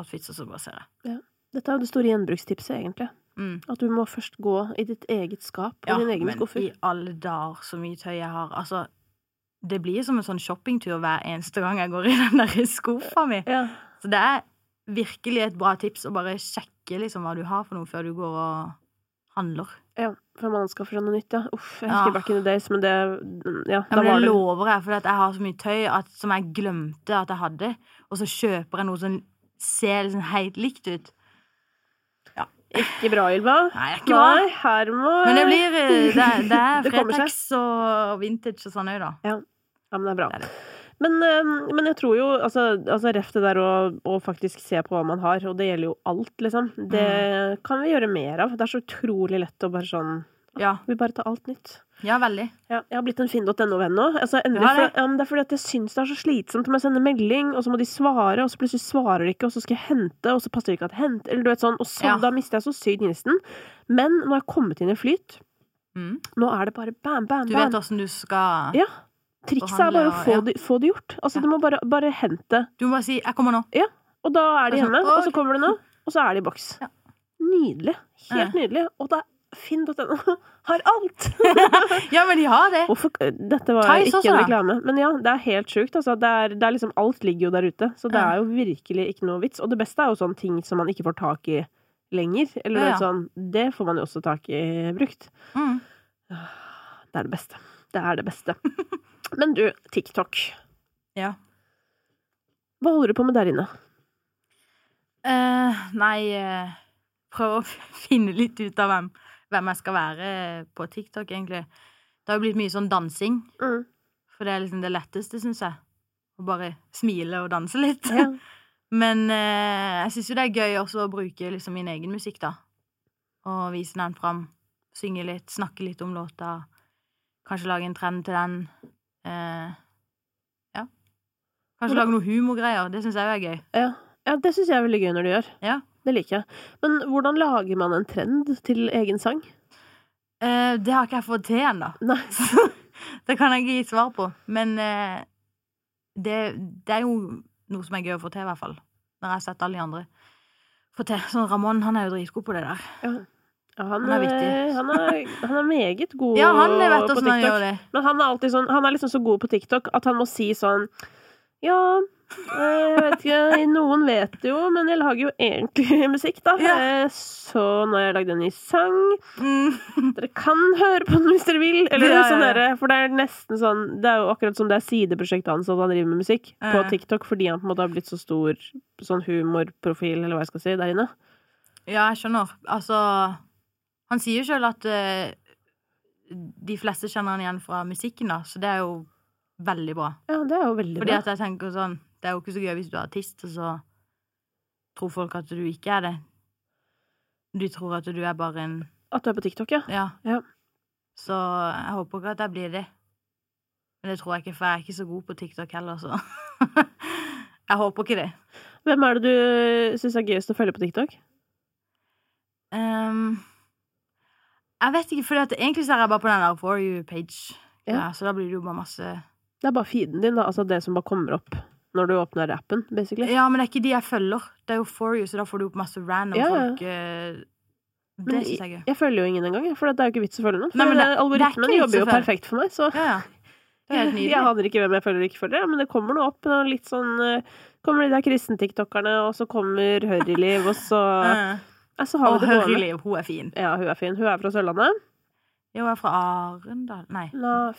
S2: outfits, og så bare ser jeg.
S1: Dette er jo det store gjenbrukstipset, egentlig.
S2: Mm.
S1: At du må først gå i ditt eget skap og dine egne
S2: men
S1: skuffer.
S2: i alle dager så mye tøy jeg har. Altså, det blir som en sånn shoppingtur hver eneste gang jeg går i den der skuffa mi.
S1: Ja.
S2: Så det er virkelig et bra tips å bare sjekke liksom hva du har for noe før du går og handler.
S1: ja. Før man anskaffer seg noe nytt, ja. Uff, jeg
S2: Ja.
S1: husker back in the days, men det Ja,
S2: Ah. Ja,
S1: da
S2: men det
S1: var det
S2: lover jeg, for jeg har så mye tøy at, som jeg glemte at jeg hadde, og så kjøper jeg noe som ser liksom helt likt ut.
S1: ikke bra, Ylva.
S2: Nei, det er ikke bra.
S1: Nei, her må
S2: Men det blir eh, Det, er- det er
S1: [laughs] Det kommer seg.
S2: Fretex og vintage og sånn òg, da.
S1: Ja, men det er bra.
S2: Det er det.
S1: Men, eh, men jeg tror jo altså, altså ref det der å, å faktisk se på hva man har, og det gjelder jo alt, liksom. Det
S2: Mm.
S1: kan vi gjøre mer av. Det er så utrolig lett å bare sånn
S2: Ja,
S1: Vi bare tar alt nytt.
S2: ja veldig.
S1: Ja, jeg har blitt en finn.no-venn nå. Altså, endelig,
S2: Ja, det.
S1: for, ja, men det er fordi at jeg syns det er så slitsomt om jeg sender melding, og så må de svare, og så plutselig svarer de ikke, og så skal jeg hente, og så passer det ikke at jeg henter, eller du vet sånn. Og så,
S2: Ja.
S1: da mister jeg så sykt gnisten. Men nå har jeg kommet inn i flyt.
S2: Mm.
S1: Nå er det bare bam, bam,
S2: Du
S1: bam.
S2: vet åssen du skal
S1: Ja. Trikset er
S2: Forhandle
S1: bare å
S2: og-
S1: få,
S2: ja.
S1: det, få det gjort. Altså,
S2: Ja.
S1: du må bare, bare hente.
S2: Du må bare si 'jeg kommer nå'.
S1: Og da er de
S2: Og så-
S1: hjemme, og så
S2: og-
S1: kommer det nå, og så er de i boks.
S2: Ja.
S1: Nydelig. Helt
S2: Ja.
S1: nydelig. Og da Finn.no [laughs] har alt!
S2: Ja, men de har det.
S1: Hvorfor Dette var
S2: Thais
S1: ikke
S2: også,
S1: en
S2: da.
S1: reklame, men ja, det er helt sjukt. Altså, det er, det er liksom, alt ligger jo der ute, så det
S2: Ja.
S1: er jo virkelig ikke noe vits. Og det beste er jo sånne ting som man ikke får tak i lenger. Eller
S2: Ja,
S1: noe
S2: ja.
S1: sånn, det får man jo også tak i brukt.
S2: Mm.
S1: Det er det beste. Det er det
S2: [laughs]
S1: beste. Men du, TikTok.
S2: Ja.
S1: Hva holder du på med der inne?
S2: Eh, nei eh, Prøve å [laughs] finne litt ut av hvem, hvem jeg skal være eh, på TikTok, egentlig. Det har jo blitt mye sånn dansing,
S1: Mm.
S2: for det er liksom det letteste, syns jeg. Å bare smile og danse litt.
S1: Ja.
S2: [laughs] Men eh, jeg syns jo det er gøy også å bruke liksom min egen musikk, da. Og vise den fram. Synge litt, snakke litt om låta. Kanskje lage en trend til den. Eh, ja. Kanskje lage noe humorgreier. Det syns jeg jo er gøy.
S1: Ja. ja, det syns jeg er veldig gøy når du gjør.
S2: Ja.
S1: Det liker jeg. Men hvordan lager man en trend til egen sang?
S2: Eh, det har ikke jeg fått til ennå. [laughs]
S1: Nei.
S2: Så det kan jeg ikke gi svar på. Men eh, det, det er jo noe som er gøy å få til, i hvert fall. Når jeg har sett alle de andre få til. Sånn Ramón, han er jo dritgod på det der.
S1: Ja, han,
S2: Han er viktig.
S1: eh, Han er, han er
S2: [laughs]
S1: meget god
S2: Ja, han vet
S1: på
S2: åssen han
S1: TikTok.
S2: gjør det.
S1: Men han er, alltid sånn, han er liksom så god på TikTok at han må si sånn Ja, eh, jeg vet ikke, noen vet det jo, men jeg lager jo egentlig [laughs] musikk, da.
S2: Ja.
S1: Eh, Så nå har jeg lagd en ny sang.
S2: Mm.
S1: Dere kan høre på den hvis dere vil. Eller
S2: Ja, ja,
S1: sånn
S2: ja.
S1: derre- For det er nesten sånn Det er jo akkurat som det er sideprosjektet hans at han driver med musikk på
S2: Ja.
S1: TikTok fordi han på en måte har blitt så stor sånn humorprofil, eller hva jeg skal si, der inne.
S2: Ja, jeg skjønner. Altså Han sier jo sjøl at eh, de fleste kjenner han igjen fra musikken, da, så det er jo veldig bra.
S1: Ja, det er jo veldig
S2: Fordi
S1: bra.
S2: at jeg tenker sånn Det er jo ikke så gøy hvis du er artist, og så tror folk at du ikke er det. De tror at du er bare en
S1: At du er på TikTok, ja.
S2: Ja.
S1: Ja.
S2: Så jeg håper ikke at jeg blir det. Men det tror jeg ikke, for jeg er ikke så god på TikTok heller, så [laughs] Jeg håper ikke det.
S1: Hvem er det du syns er gøyest å følge på TikTok?
S2: Ehm, jeg vet ikke, for egentlig så er jeg bare på den der For you-page.
S1: Ja.
S2: Ja. så da blir det jo bare masse
S1: Det er bare feeden din, da. Altså det som bare kommer opp. når du åpner appen, basically.
S2: Ja, men det er ikke de jeg følger. Det er jo For You, så da får du opp masse random
S1: Ja, ja.
S2: folk. eh,
S1: Men
S2: Det syns jeg er gøy.
S1: Jeg følger jo ingen engang, jeg, for det er jo ikke vits å følge noen. For
S2: Nei, men det- det er ikke
S1: algoritmen
S2: vits å
S1: jobber jo
S2: følge.
S1: perfekt for meg, så
S2: Ja, ja.
S1: [laughs]
S2: Det er helt
S1: jeg
S2: nydelig.
S1: aner ikke hvem jeg følger og ikke følger, men det kommer noe opp. noe Litt sånn eh, Kommer de der kristentiktokkerne, og så kommer Hørriliv, og så
S2: [laughs] Ja.
S1: Nei, så har
S2: Og
S1: vi det gående.
S2: Høriliv, hun er fin.
S1: Ja, hun er fin. Hun er fra Sørlandet.
S2: Jo, hun er fra Arendal Nei,
S1: La,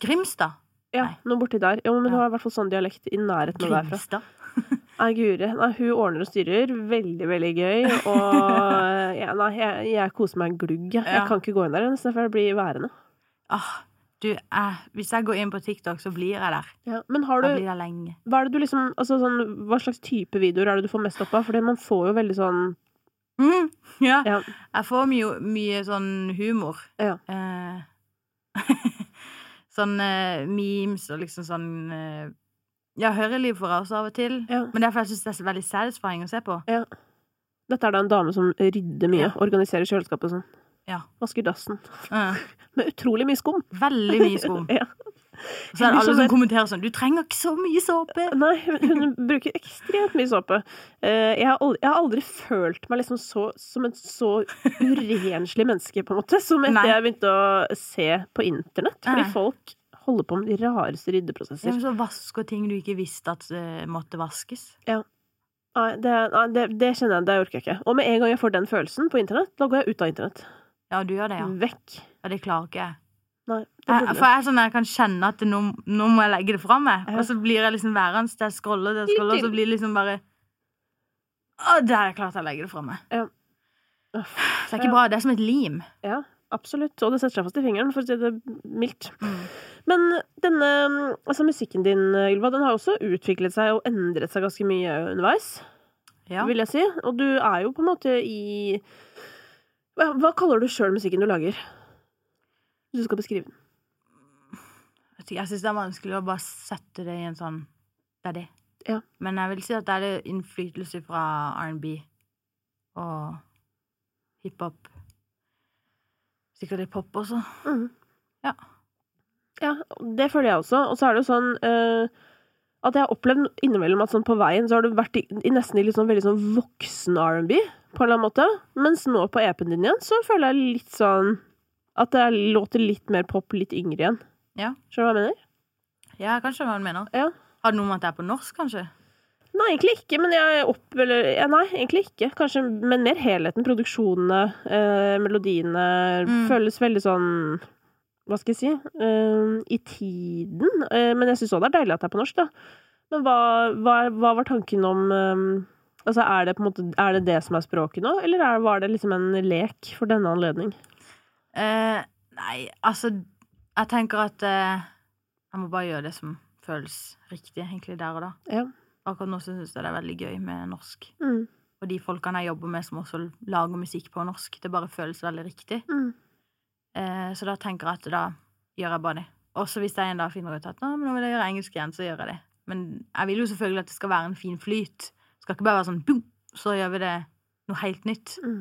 S2: Grimstad.
S1: ja,
S2: Nei.
S1: noe borti der. Jo, men hun
S2: Ja.
S1: har i hvert fall sånn dialekt i nærheten av derfra.
S2: Grimstad.
S1: Nei, Guri. Nei, hun ordner og styrer. Veldig, veldig [laughs] gøy. Og ja, nei, jeg, jeg koser meg en glugg. jeg.
S2: Ja.
S1: Jeg kan ikke gå inn der nesten, for jeg blir værende.
S2: Ah, du, eh, hvis jeg går inn på TikTok, så blir jeg der.
S1: Ja. Men har
S2: Jeg
S1: du,
S2: blir der lenge.
S1: hva, er det du liksom, altså, sånn, hva slags type videoer er det du får mest opp av? Fordi man får jo veldig sånn
S2: Mm, ja.
S1: Ja.
S2: Jeg får mye, mye sånn humor.
S1: Ja.
S2: Eh, [laughs] sånn eh, memes og liksom sånn eh, Ja, høreliv får jeg også av og til.
S1: Ja.
S2: Men derfor syns jeg det er veldig satisfying å se på.
S1: ja. Dette er da en dame som rydder mye.
S2: Ja.
S1: Organiserer kjøleskapet og sånn.
S2: [laughs] Ja.
S1: Vasker dassen.
S2: Eh,
S1: Med utrolig mye skum.
S2: veldig mye skum.
S1: Ja.
S2: Og så er det
S1: Blir
S2: alle
S1: så
S2: som
S1: redd.
S2: kommenterer sånn 'Du trenger ikke så mye såpe'.
S1: Nei, hun bruker ekstremt mye såpe. Eh, Jeg har aldri, jeg har aldri følt meg liksom så, som et så urenslig menneske, på en måte, som etter
S2: Nei.
S1: jeg begynte å se på internett. Fordi
S2: Nei.
S1: folk holder på med de rareste
S2: Ja,
S1: ryddeprosesser.
S2: men så vasker ting du ikke visste at eh, måtte vaskes.
S1: Nei, det, nei, det, det kjenner jeg, det orker jeg ikke. Og med en gang jeg får den følelsen på internett, da går jeg ut av internett.
S2: Ja, du gjør det, ja.
S1: Vekk.
S2: ja det klarer ikke jeg.
S1: Nei, Mm. det
S2: Jeg,
S1: burde
S2: for jeg, er sånn, jeg kan kjenne at nå, nå må jeg legge det fra meg.
S1: Ja.
S2: Og så blir jeg liksom værende til jeg scroller til jeg scroller, og så blir det liksom bare Å, der er jeg klart jeg legger det fra meg.
S1: Uff,
S2: Det er ikke bra. Det er som et lim.
S1: Ja, absolutt. Og det setter seg fast i fingeren, for å si det mildt. Men denne, altså musikken din, Ylva, den har også utviklet seg og endret seg ganske mye underveis,
S2: Ja.
S1: vil jeg si. Og du er jo på en måte i Hva hva kaller du sjøl musikken du lager? Hvis du skal beskrive den.
S2: Jeg sy- Jeg syns det er vanskelig å bare sette det i en sånn Det er det.
S1: Ja.
S2: Men jeg vil si at det er det innflytelse fra R&B og hiphop. Sikkert litt pop også. Ja.
S1: Ja, det føler jeg også. Og så er det jo sånn eh, at jeg har opplevd innimellom at sånn på veien så har du vært i, i nesten i litt sånn veldig sånn voksen R&B, på en eller annen måte. Mens nå på EP-en din igjen, så føler jeg litt sånn at det låter litt mer pop, litt yngre igjen.
S2: Ja.
S1: Skjønner du hva jeg mener?
S2: Ja, kanskje hva du mener.
S1: Ja.
S2: Har det noe med at det er på norsk, kanskje?
S1: Nei, egentlig ikke, men jeg opp... Eller, ja, nei, egentlig ikke. Kanskje, men mer helheten. Produksjonene, eh, melodiene
S2: Mm.
S1: føles veldig sånn Hva skal jeg si? eh, I tiden. Eh, men jeg syns òg det er deilig at det er på norsk, da. Men hva, hva, hva var tanken om eh, Altså, er det på en måte Er det det som er språket nå, eller er, var det liksom en lek for denne anledning?
S2: Eh, nei, altså Jeg tenker at eh, jeg må bare gjøre det som føles riktig, egentlig, der og da.
S1: Ja.
S2: Akkurat nå syns jeg det er veldig gøy med norsk.
S1: Mm.
S2: Og de folkene jeg jobber med som også lager musikk på norsk. Det bare føles veldig riktig.
S1: Mm.
S2: Eh, så da tenker jeg at da gjør jeg bare det. Også hvis jeg en dag finner ut at «Nå, men nå vil jeg gjøre engelsk igjen, så gjør jeg det. Men jeg vil jo selvfølgelig at det skal være en fin flyt. Det skal ikke bare være sånn boom, så gjør vi det noe helt nytt.
S1: Mm.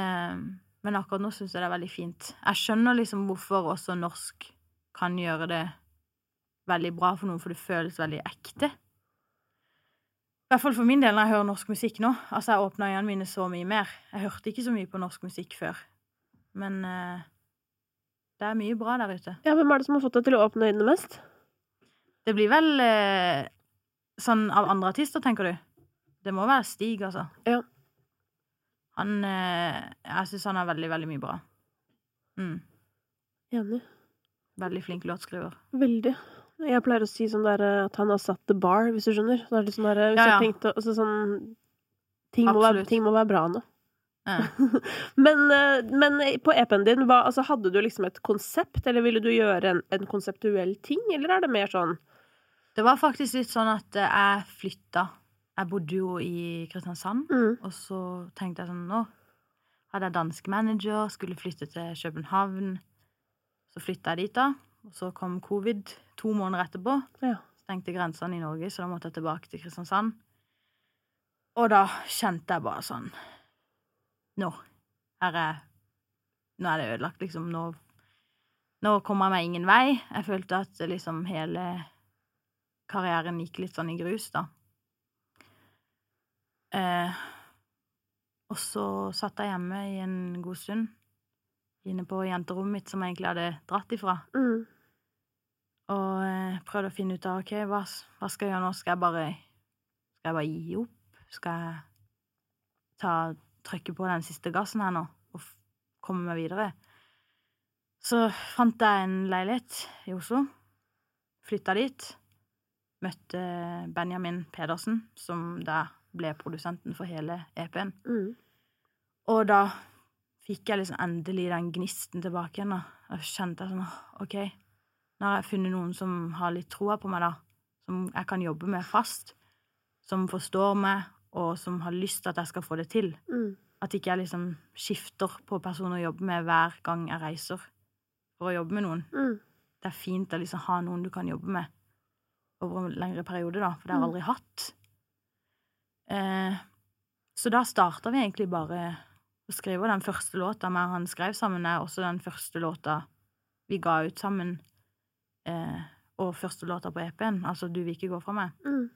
S2: Eh, men akkurat nå syns jeg det er veldig fint. Jeg skjønner liksom hvorfor også norsk kan gjøre det veldig bra for noen, for det føles veldig ekte. I hvert fall for min del når jeg hører norsk musikk nå. Altså, jeg åpna øynene mine så mye mer. Jeg hørte ikke så mye på norsk musikk før. Men eh, det er mye bra der ute.
S1: ja, hvem er det som har fått deg til å åpne øynene mest?
S2: Det blir vel eh, sånn av andre artister, tenker du? Det må være Stig, altså.
S1: Ja.
S2: Han eh, Jeg syns han er veldig, veldig mye bra. Mm.
S1: Enig.
S2: Veldig flink låtskriver.
S1: Veldig. Jeg pleier å si sånn der eh, at han har satt the bar, hvis du skjønner. Så er det sånn der, eh, hvis
S2: Ja, ja.
S1: jeg tenkte, altså sånn, ting, må være,
S2: Absolutt.
S1: ting må være bra nå.
S2: Eh.
S1: Men, eh, men på EP-en din, hva, altså, hadde du liksom et konsept, eller ville du gjøre en, en konseptuell ting, eller er det mer sånn
S2: Det var faktisk litt sånn at eh, jeg flytta. Jeg bodde jo i Kristiansand,
S1: mm,
S2: og så tenkte jeg sånn Nå hadde jeg dansk manager, skulle flytte til København. Så flytta jeg dit, da. Og så kom covid to måneder etterpå.
S1: Ja.
S2: Stengte grensene i Norge, så da måtte jeg tilbake til Kristiansand. Og da kjente jeg bare sånn Nå. Her er Nå er det ødelagt, liksom. Nå, nå kommer jeg meg ingen vei. Jeg følte at eh, liksom hele karrieren gikk litt sånn i grus, da. Eh, og så satt jeg hjemme i en god stund, inne på jenterommet mitt, som jeg egentlig hadde dratt ifra,
S1: Mm.
S2: og eh, prøvde å finne ut av OK, hva, s- hva skal jeg gjøre nå? Skal jeg bare Skal jeg bare gi opp? Skal jeg ta trykke på den siste gassen her nå og f- komme meg videre? Så fant jeg en leilighet i Oslo. Flytta dit. Møtte Benjamin Pedersen, som da ble produsenten for hele E EP-en.
S1: Mm.
S2: Og da fikk jeg liksom endelig den gnisten tilbake igjen. da. Da kjente jeg sånn «Åh, OK, nå har jeg funnet noen som har litt troa på meg, da. Som jeg kan jobbe med fast. Som forstår meg, og som har lyst til at jeg skal få det til.
S1: Mm.
S2: At ikke jeg liksom skifter på personer å jobbe med hver gang jeg reiser for å jobbe med noen.
S1: Mm.
S2: Det er fint å liksom ha noen du kan jobbe med over en lengre periode, da, for det har jeg aldri hatt. Eh, så da starta vi egentlig bare å skrive den første låta meg og han skrev sammen, er også den første låta vi ga ut sammen, eh, og første låta på EP-en, altså Du vil ikke gå fra meg.
S1: Mm.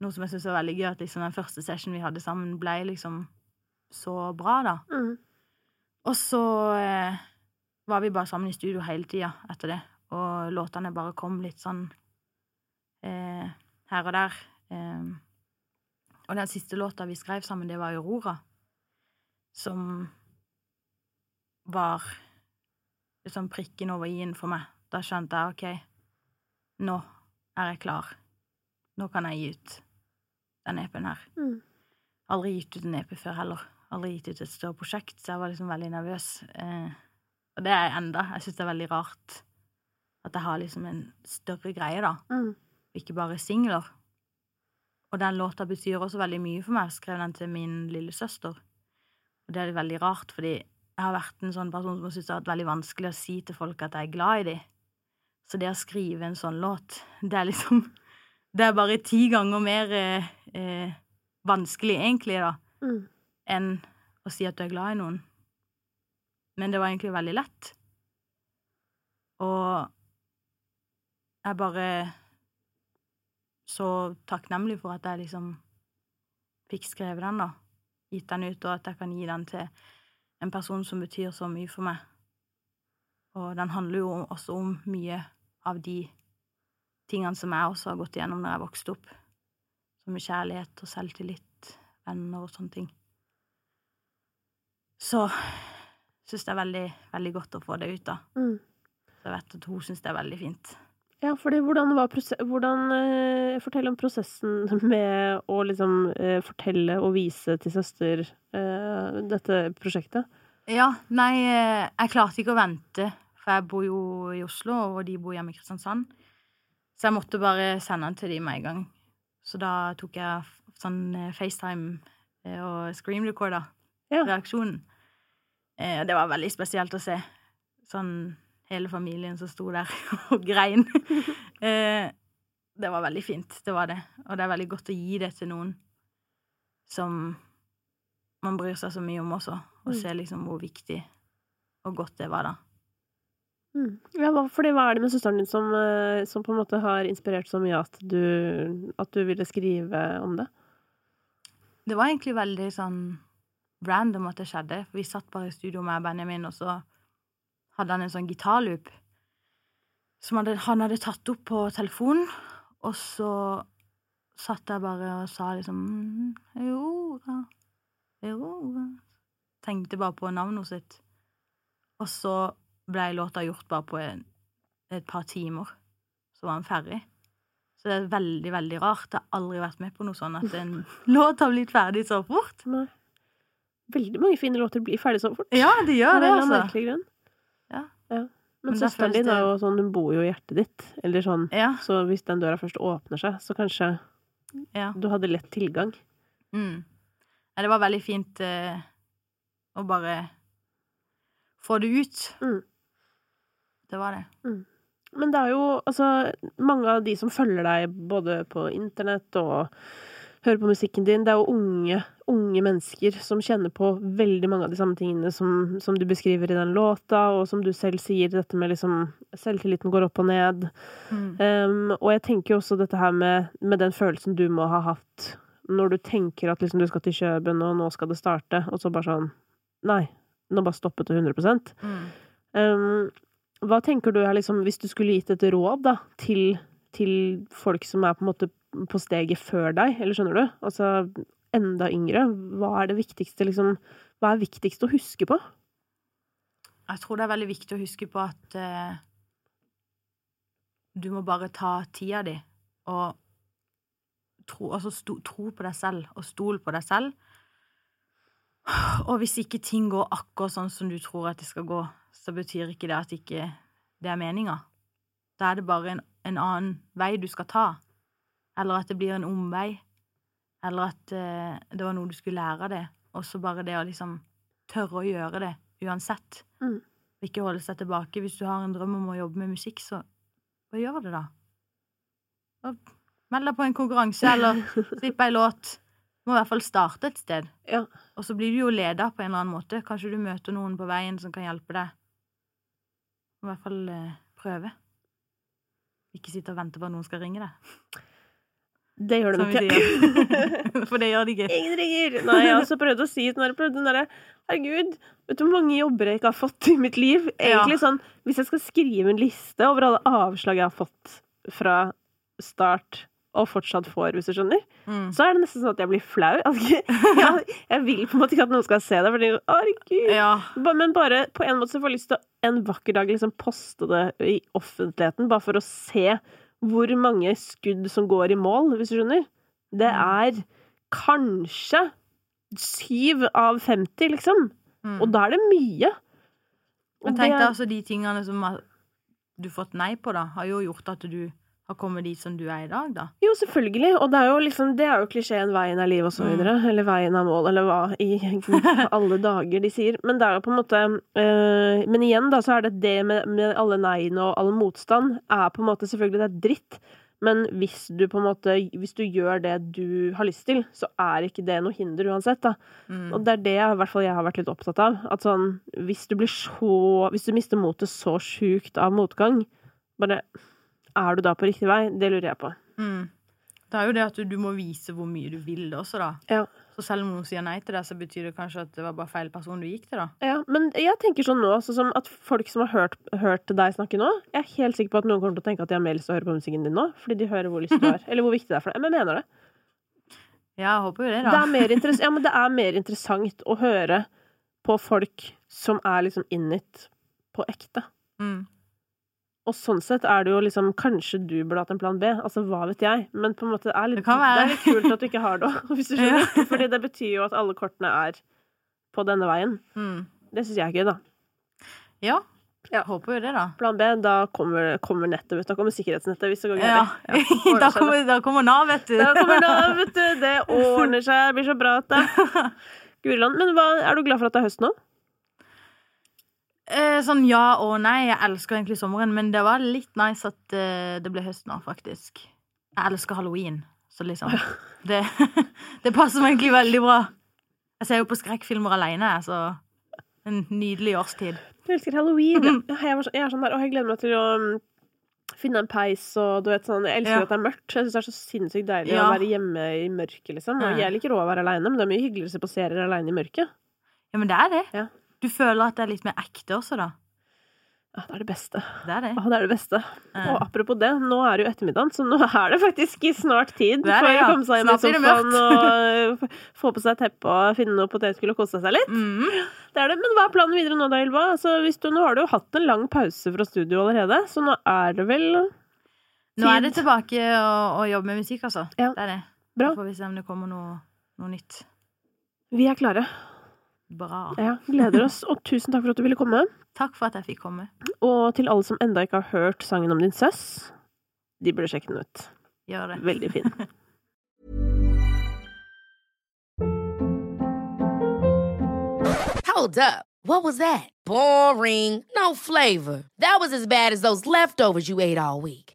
S2: Noe som jeg syns var veldig gøy, at liksom den første session vi hadde sammen, ble liksom så bra, da.
S1: Mm.
S2: Og så eh, var vi bare sammen i studio hele tida etter det, og låtene bare kom litt sånn eh, her og der. Eh, og den siste låta vi skrev sammen, det var Aurora, som var liksom prikken over i-en for meg. Da skjønte jeg OK, nå er jeg klar. Nå kan jeg gi ut den EP-en her.
S1: Mm.
S2: Aldri gitt ut en EP før heller. Aldri gitt ut et større prosjekt, så jeg var liksom veldig nervøs. Eh, og det er jeg enda. Jeg syns det er veldig rart at jeg har liksom en større greie, da,
S1: Mm.
S2: og ikke bare singler. Og den låta betyr også veldig mye for meg. Jeg skrev den til min lillesøster. Og det er veldig rart, fordi jeg har vært en sånn person som syns det har vært veldig vanskelig å si til folk at jeg er glad i dem. Så det å skrive en sånn låt, det er liksom Det er bare ti ganger mer eh, eh, vanskelig, egentlig, da
S1: Mm.
S2: enn å si at du er glad i noen. Men det var egentlig veldig lett. Og jeg bare så takknemlig for at jeg liksom fikk skrevet den, da. Gitt den ut, og at jeg kan gi den til en person som betyr så mye for meg. Og den handler jo også om mye av de tingene som jeg også har gått igjennom når jeg vokste opp. Som kjærlighet og selvtillit, venner og sånne ting så syns det er veldig, veldig godt å få det ut, da.
S1: Mm.
S2: Så jeg vet at hun syns det er veldig fint.
S1: Ja, fordi hvordan var prose- hvordan, eh, Fortell om prosessen [laughs] med å liksom eh, fortelle og vise til søster eh, dette prosjektet.
S2: Ja, nei, eh, jeg klarte ikke å vente, for jeg bor jo i Oslo, og de bor hjemme i Kristiansand. Så jeg måtte bare sende den til dem med en gang. Så da tok jeg f- sånn eh, FaceTime eh, og screen recorder
S1: Ja.
S2: reaksjonen. Eh, og det var veldig spesielt å se. Sånn hele familien som sto der [laughs] og grein. eh, det var veldig fint, det var det. Og det er veldig godt å gi det til noen som man bryr seg så mye om også, og
S1: Mm.
S2: se liksom hvor viktig og godt det var, da.
S1: Mm. Ja, hva- fordi hva er det med søsteren din som, eh, som på en måte har inspirert så mye at du, at du ville skrive om det?
S2: Det var egentlig veldig sånn random at det skjedde. For vi satt bare i studio med Benjamin, og så hadde han en sånn gitarloop som hadde, han hadde tatt opp på telefonen. Og så satt jeg bare og sa liksom «Mm, Aurora, Aurora Tenkte bare på navnet sitt. Og så ble låta gjort bare på en, et par timer. Så var han ferdig. Så det er veldig, veldig rart. Jeg har aldri vært med på noe sånn at en [laughs] låt har blitt ferdig så fort.
S1: Nei. Veldig mange fine låter blir ferdig så fort.
S2: Ja, det
S1: Av
S2: gjør det,
S1: en eller annen
S2: altså.
S1: merkelig grunn.
S2: Ja.
S1: Men
S2: Men da
S1: søsteren
S2: føles
S1: din
S2: det-
S1: er jo sånn, hun bor jo i hjertet ditt. Eller sånn.
S2: Ja,
S1: Så hvis den døra først åpner seg, så kanskje
S2: ja.
S1: du hadde lett tilgang.
S2: Mm. Nei, det var veldig fint eh, å bare få det ut.
S1: Mm.
S2: Det var det.
S1: Men det er jo altså mange av de som følger deg både på internett og hører på musikken din. Det er jo unge, unge mennesker som kjenner på veldig mange av de samme tingene som, som du beskriver i den låta, og som du selv sier, dette med liksom Selvtilliten går opp og ned.
S2: Mm.
S1: Um, og jeg tenker jo også dette her med, med den følelsen du må ha hatt når du tenker at liksom du skal til Kjøben, og nå skal det starte, og så bare sånn Nei, nå bare stoppet det 100
S2: Mm.
S1: Um, hva tenker du er liksom, hvis du skulle gitt et råd da, til, til folk som er på en måte på steget før deg, eller skjønner du? Altså enda yngre. Hva er det viktigste, liksom? Hva er viktigst å huske på?
S2: Jeg tror det er veldig viktig å huske på at eh, du må bare ta tida di og tro, altså sto, tro på deg selv og stol på deg selv. Og hvis ikke ting går akkurat sånn som du tror at det skal gå, så betyr ikke det at ikke det er meninga. Da er det bare en, en annen vei du skal ta. Eller at det blir en omvei. Eller at eh, det var noe du skulle lære av det. Og så bare det å liksom tørre å gjøre det uansett.
S1: Mm.
S2: Og Ikke holde seg tilbake. Hvis du har en drøm om å jobbe med musikk, så hva gjør det, da? Og meld deg på en konkurranse,
S1: [laughs]
S2: eller slipp ei låt. Du må i hvert fall starte et sted.
S1: Ja.
S2: Og så blir du jo leda på en eller annen måte. Kanskje du møter noen på veien som kan hjelpe deg. Må I hvert fall eh, prøve. Ikke sitte og vente på at noen skal ringe deg. Sånn
S1: Det gjør de
S2: som vi
S1: ikke.
S2: sier. For det gjør [laughs] de
S1: [laughs]
S2: ikke.
S1: Ingen ringer! Nei, jeg har også prøvd å si det når jeg prøvde den derre Herregud, vet du hvor mange jobber jeg ikke har fått i mitt liv? Egentlig sånn, Hvis jeg skal skrive en liste over alle avslag jeg har fått fra start og fortsatt får, hvis du skjønner,
S2: Mm.
S1: så er det nesten sånn at jeg blir flau. [laughs] At ikke- Jeg, jeg vil på en måte ikke at noen skal se det, for de er sånn, herregud.
S2: Ja.
S1: Ba- Men bare på en måte så får jeg lyst til å en vakker dag liksom poste det i offentligheten, bare for å se hvor mange skudd som går i mål, hvis du skjønner. Det
S2: Mm.
S1: er kanskje syv av 50, liksom.
S2: Mm.
S1: Og da er det mye. Og
S2: Men tenk
S1: det-
S2: deg altså de tingene som har, du har fått nei på, da, har jo gjort at du har kommet dit som du er i dag, da.
S1: Jo, selvfølgelig. Og det er jo liksom, det er jo klisjeen 'veien er liv' og så videre. Eller 'veien er mål', eller hva i [laughs] alle dager de sier. Men det er jo på en måte øh, Men igjen, da, så er det det med, med alle nei-ene og all motstand er på en måte Selvfølgelig, det er dritt. Men hvis du på en måte, hvis du gjør det du har lyst til, så er ikke det noe hinder uansett. da.
S2: Mm.
S1: Og det er det jeg, i hvert fall jeg har vært litt opptatt av. At sånn, hvis du blir så Hvis du mister motet så sjukt av motgang, bare Er du da på riktig vei? Det lurer jeg på.
S2: Mm. Det er jo det at du, du må vise hvor mye du vil det også, da.
S1: Ja.
S2: Så selv om noen sier nei til deg, så betyr det kanskje at det var bare feil person du gikk til, da.
S1: Ja, men jeg tenker sånn nå, sånn som at folk som har hørt, hørt deg snakke nå Jeg er helt sikker på at noen kommer til å tenke at de har mer lyst til å høre på musikken din nå, fordi de hører hvor lyst
S2: [laughs]
S1: du har, eller hvor viktig det er for deg. Men jeg mener det.
S2: Ja, jeg håper jo det, da.
S1: Det er mer, interess ja, men det er mer interessant å høre på folk som er liksom in it på ekte.
S2: Mm.
S1: Og sånn sett er det jo liksom Kanskje du burde hatt en plan B. Altså, hva vet jeg? Men på en måte det er litt,
S2: Det kan være.
S1: det er litt kult at du ikke har det [laughs] òg, hvis du skjønner. Fordi det betyr jo at alle kortene er på denne veien.
S2: Mm.
S1: Det syns jeg er gøy, da.
S2: Ja.
S1: Ja.
S2: Jeg håper jo det, da.
S1: Plan B, da kommer, kommer nettet ut. Da kommer sikkerhetsnettet, hvis det går
S2: Ja.
S1: galt.
S2: [laughs]
S1: [laughs]
S2: da, kommer, da kommer Nav, vet du.
S1: Da kommer Nav, vet du. Det ordner seg. Det blir så bra at det Guriland, men hva, er du glad for at det er høst nå?
S2: [laughs] Eh, sånn ja og nei. Jeg elsker egentlig sommeren, men det var litt nice at eh, det ble høst nå, faktisk. Jeg elsker halloween, så
S1: [laughs]
S2: liksom Det, [laughs] det passer meg egentlig veldig bra. Jeg ser jo på skrekkfilmer aleine, så en nydelig årstid.
S1: Jeg elsker halloween.
S2: Mhm.
S1: Jeg, var så, jeg er sånn der, og jeg gleder meg til å mm, finne en peis og du vet sånn. Jeg elsker
S2: Ja.
S1: at det er mørkt. Jeg syns det er så sinnssykt deilig
S2: Ja.
S1: å være hjemme i mørket, liksom.
S2: Mm.
S1: Og jeg liker òg å være aleine, men det er mye hyggeligere å se på serier aleine i mørket.
S2: Ja, men det er det.
S1: Ja.
S2: Du føler at det er litt mer ekte også, da.
S1: Ja, det er det beste.
S2: Det er det.
S1: Ja, det er det beste.
S2: Eh,
S1: Og apropos det, nå er det jo ettermiddagen, så nå er det faktisk snart tid
S2: Det er
S1: for
S2: det,
S1: å
S2: ja.
S1: komme seg hjem i
S2: Snart blir det
S1: sofaen og
S2: mørkt.
S1: eh, f- få på seg teppe og finne noe potetgull og kose seg litt.
S2: mm,
S1: Det er det. Men hva er planen videre nå da, Ylva? Altså, hvis du, nå har du jo hatt en lang pause fra studio allerede, så nå er det vel
S2: nå er det tilbake å, å jobbe med musikk, altså.
S1: Ja.
S2: Det er det.
S1: Bra.
S2: Så får vi se om det kommer noe, noe nytt.
S1: Vi er klare.
S2: Bra.
S1: Ja,
S2: [laughs]
S1: gleder oss. Og tusen takk for at du ville komme.
S2: Takk for at jeg fikk komme.
S1: Og til alle som enda ikke har hørt sangen om din søss, de burde sjekke den ut.
S2: Gjør det.
S1: Veldig fin.
S4: Hold up. What was that? Boring. No flavor. That was as bad as those leftovers you ate all week.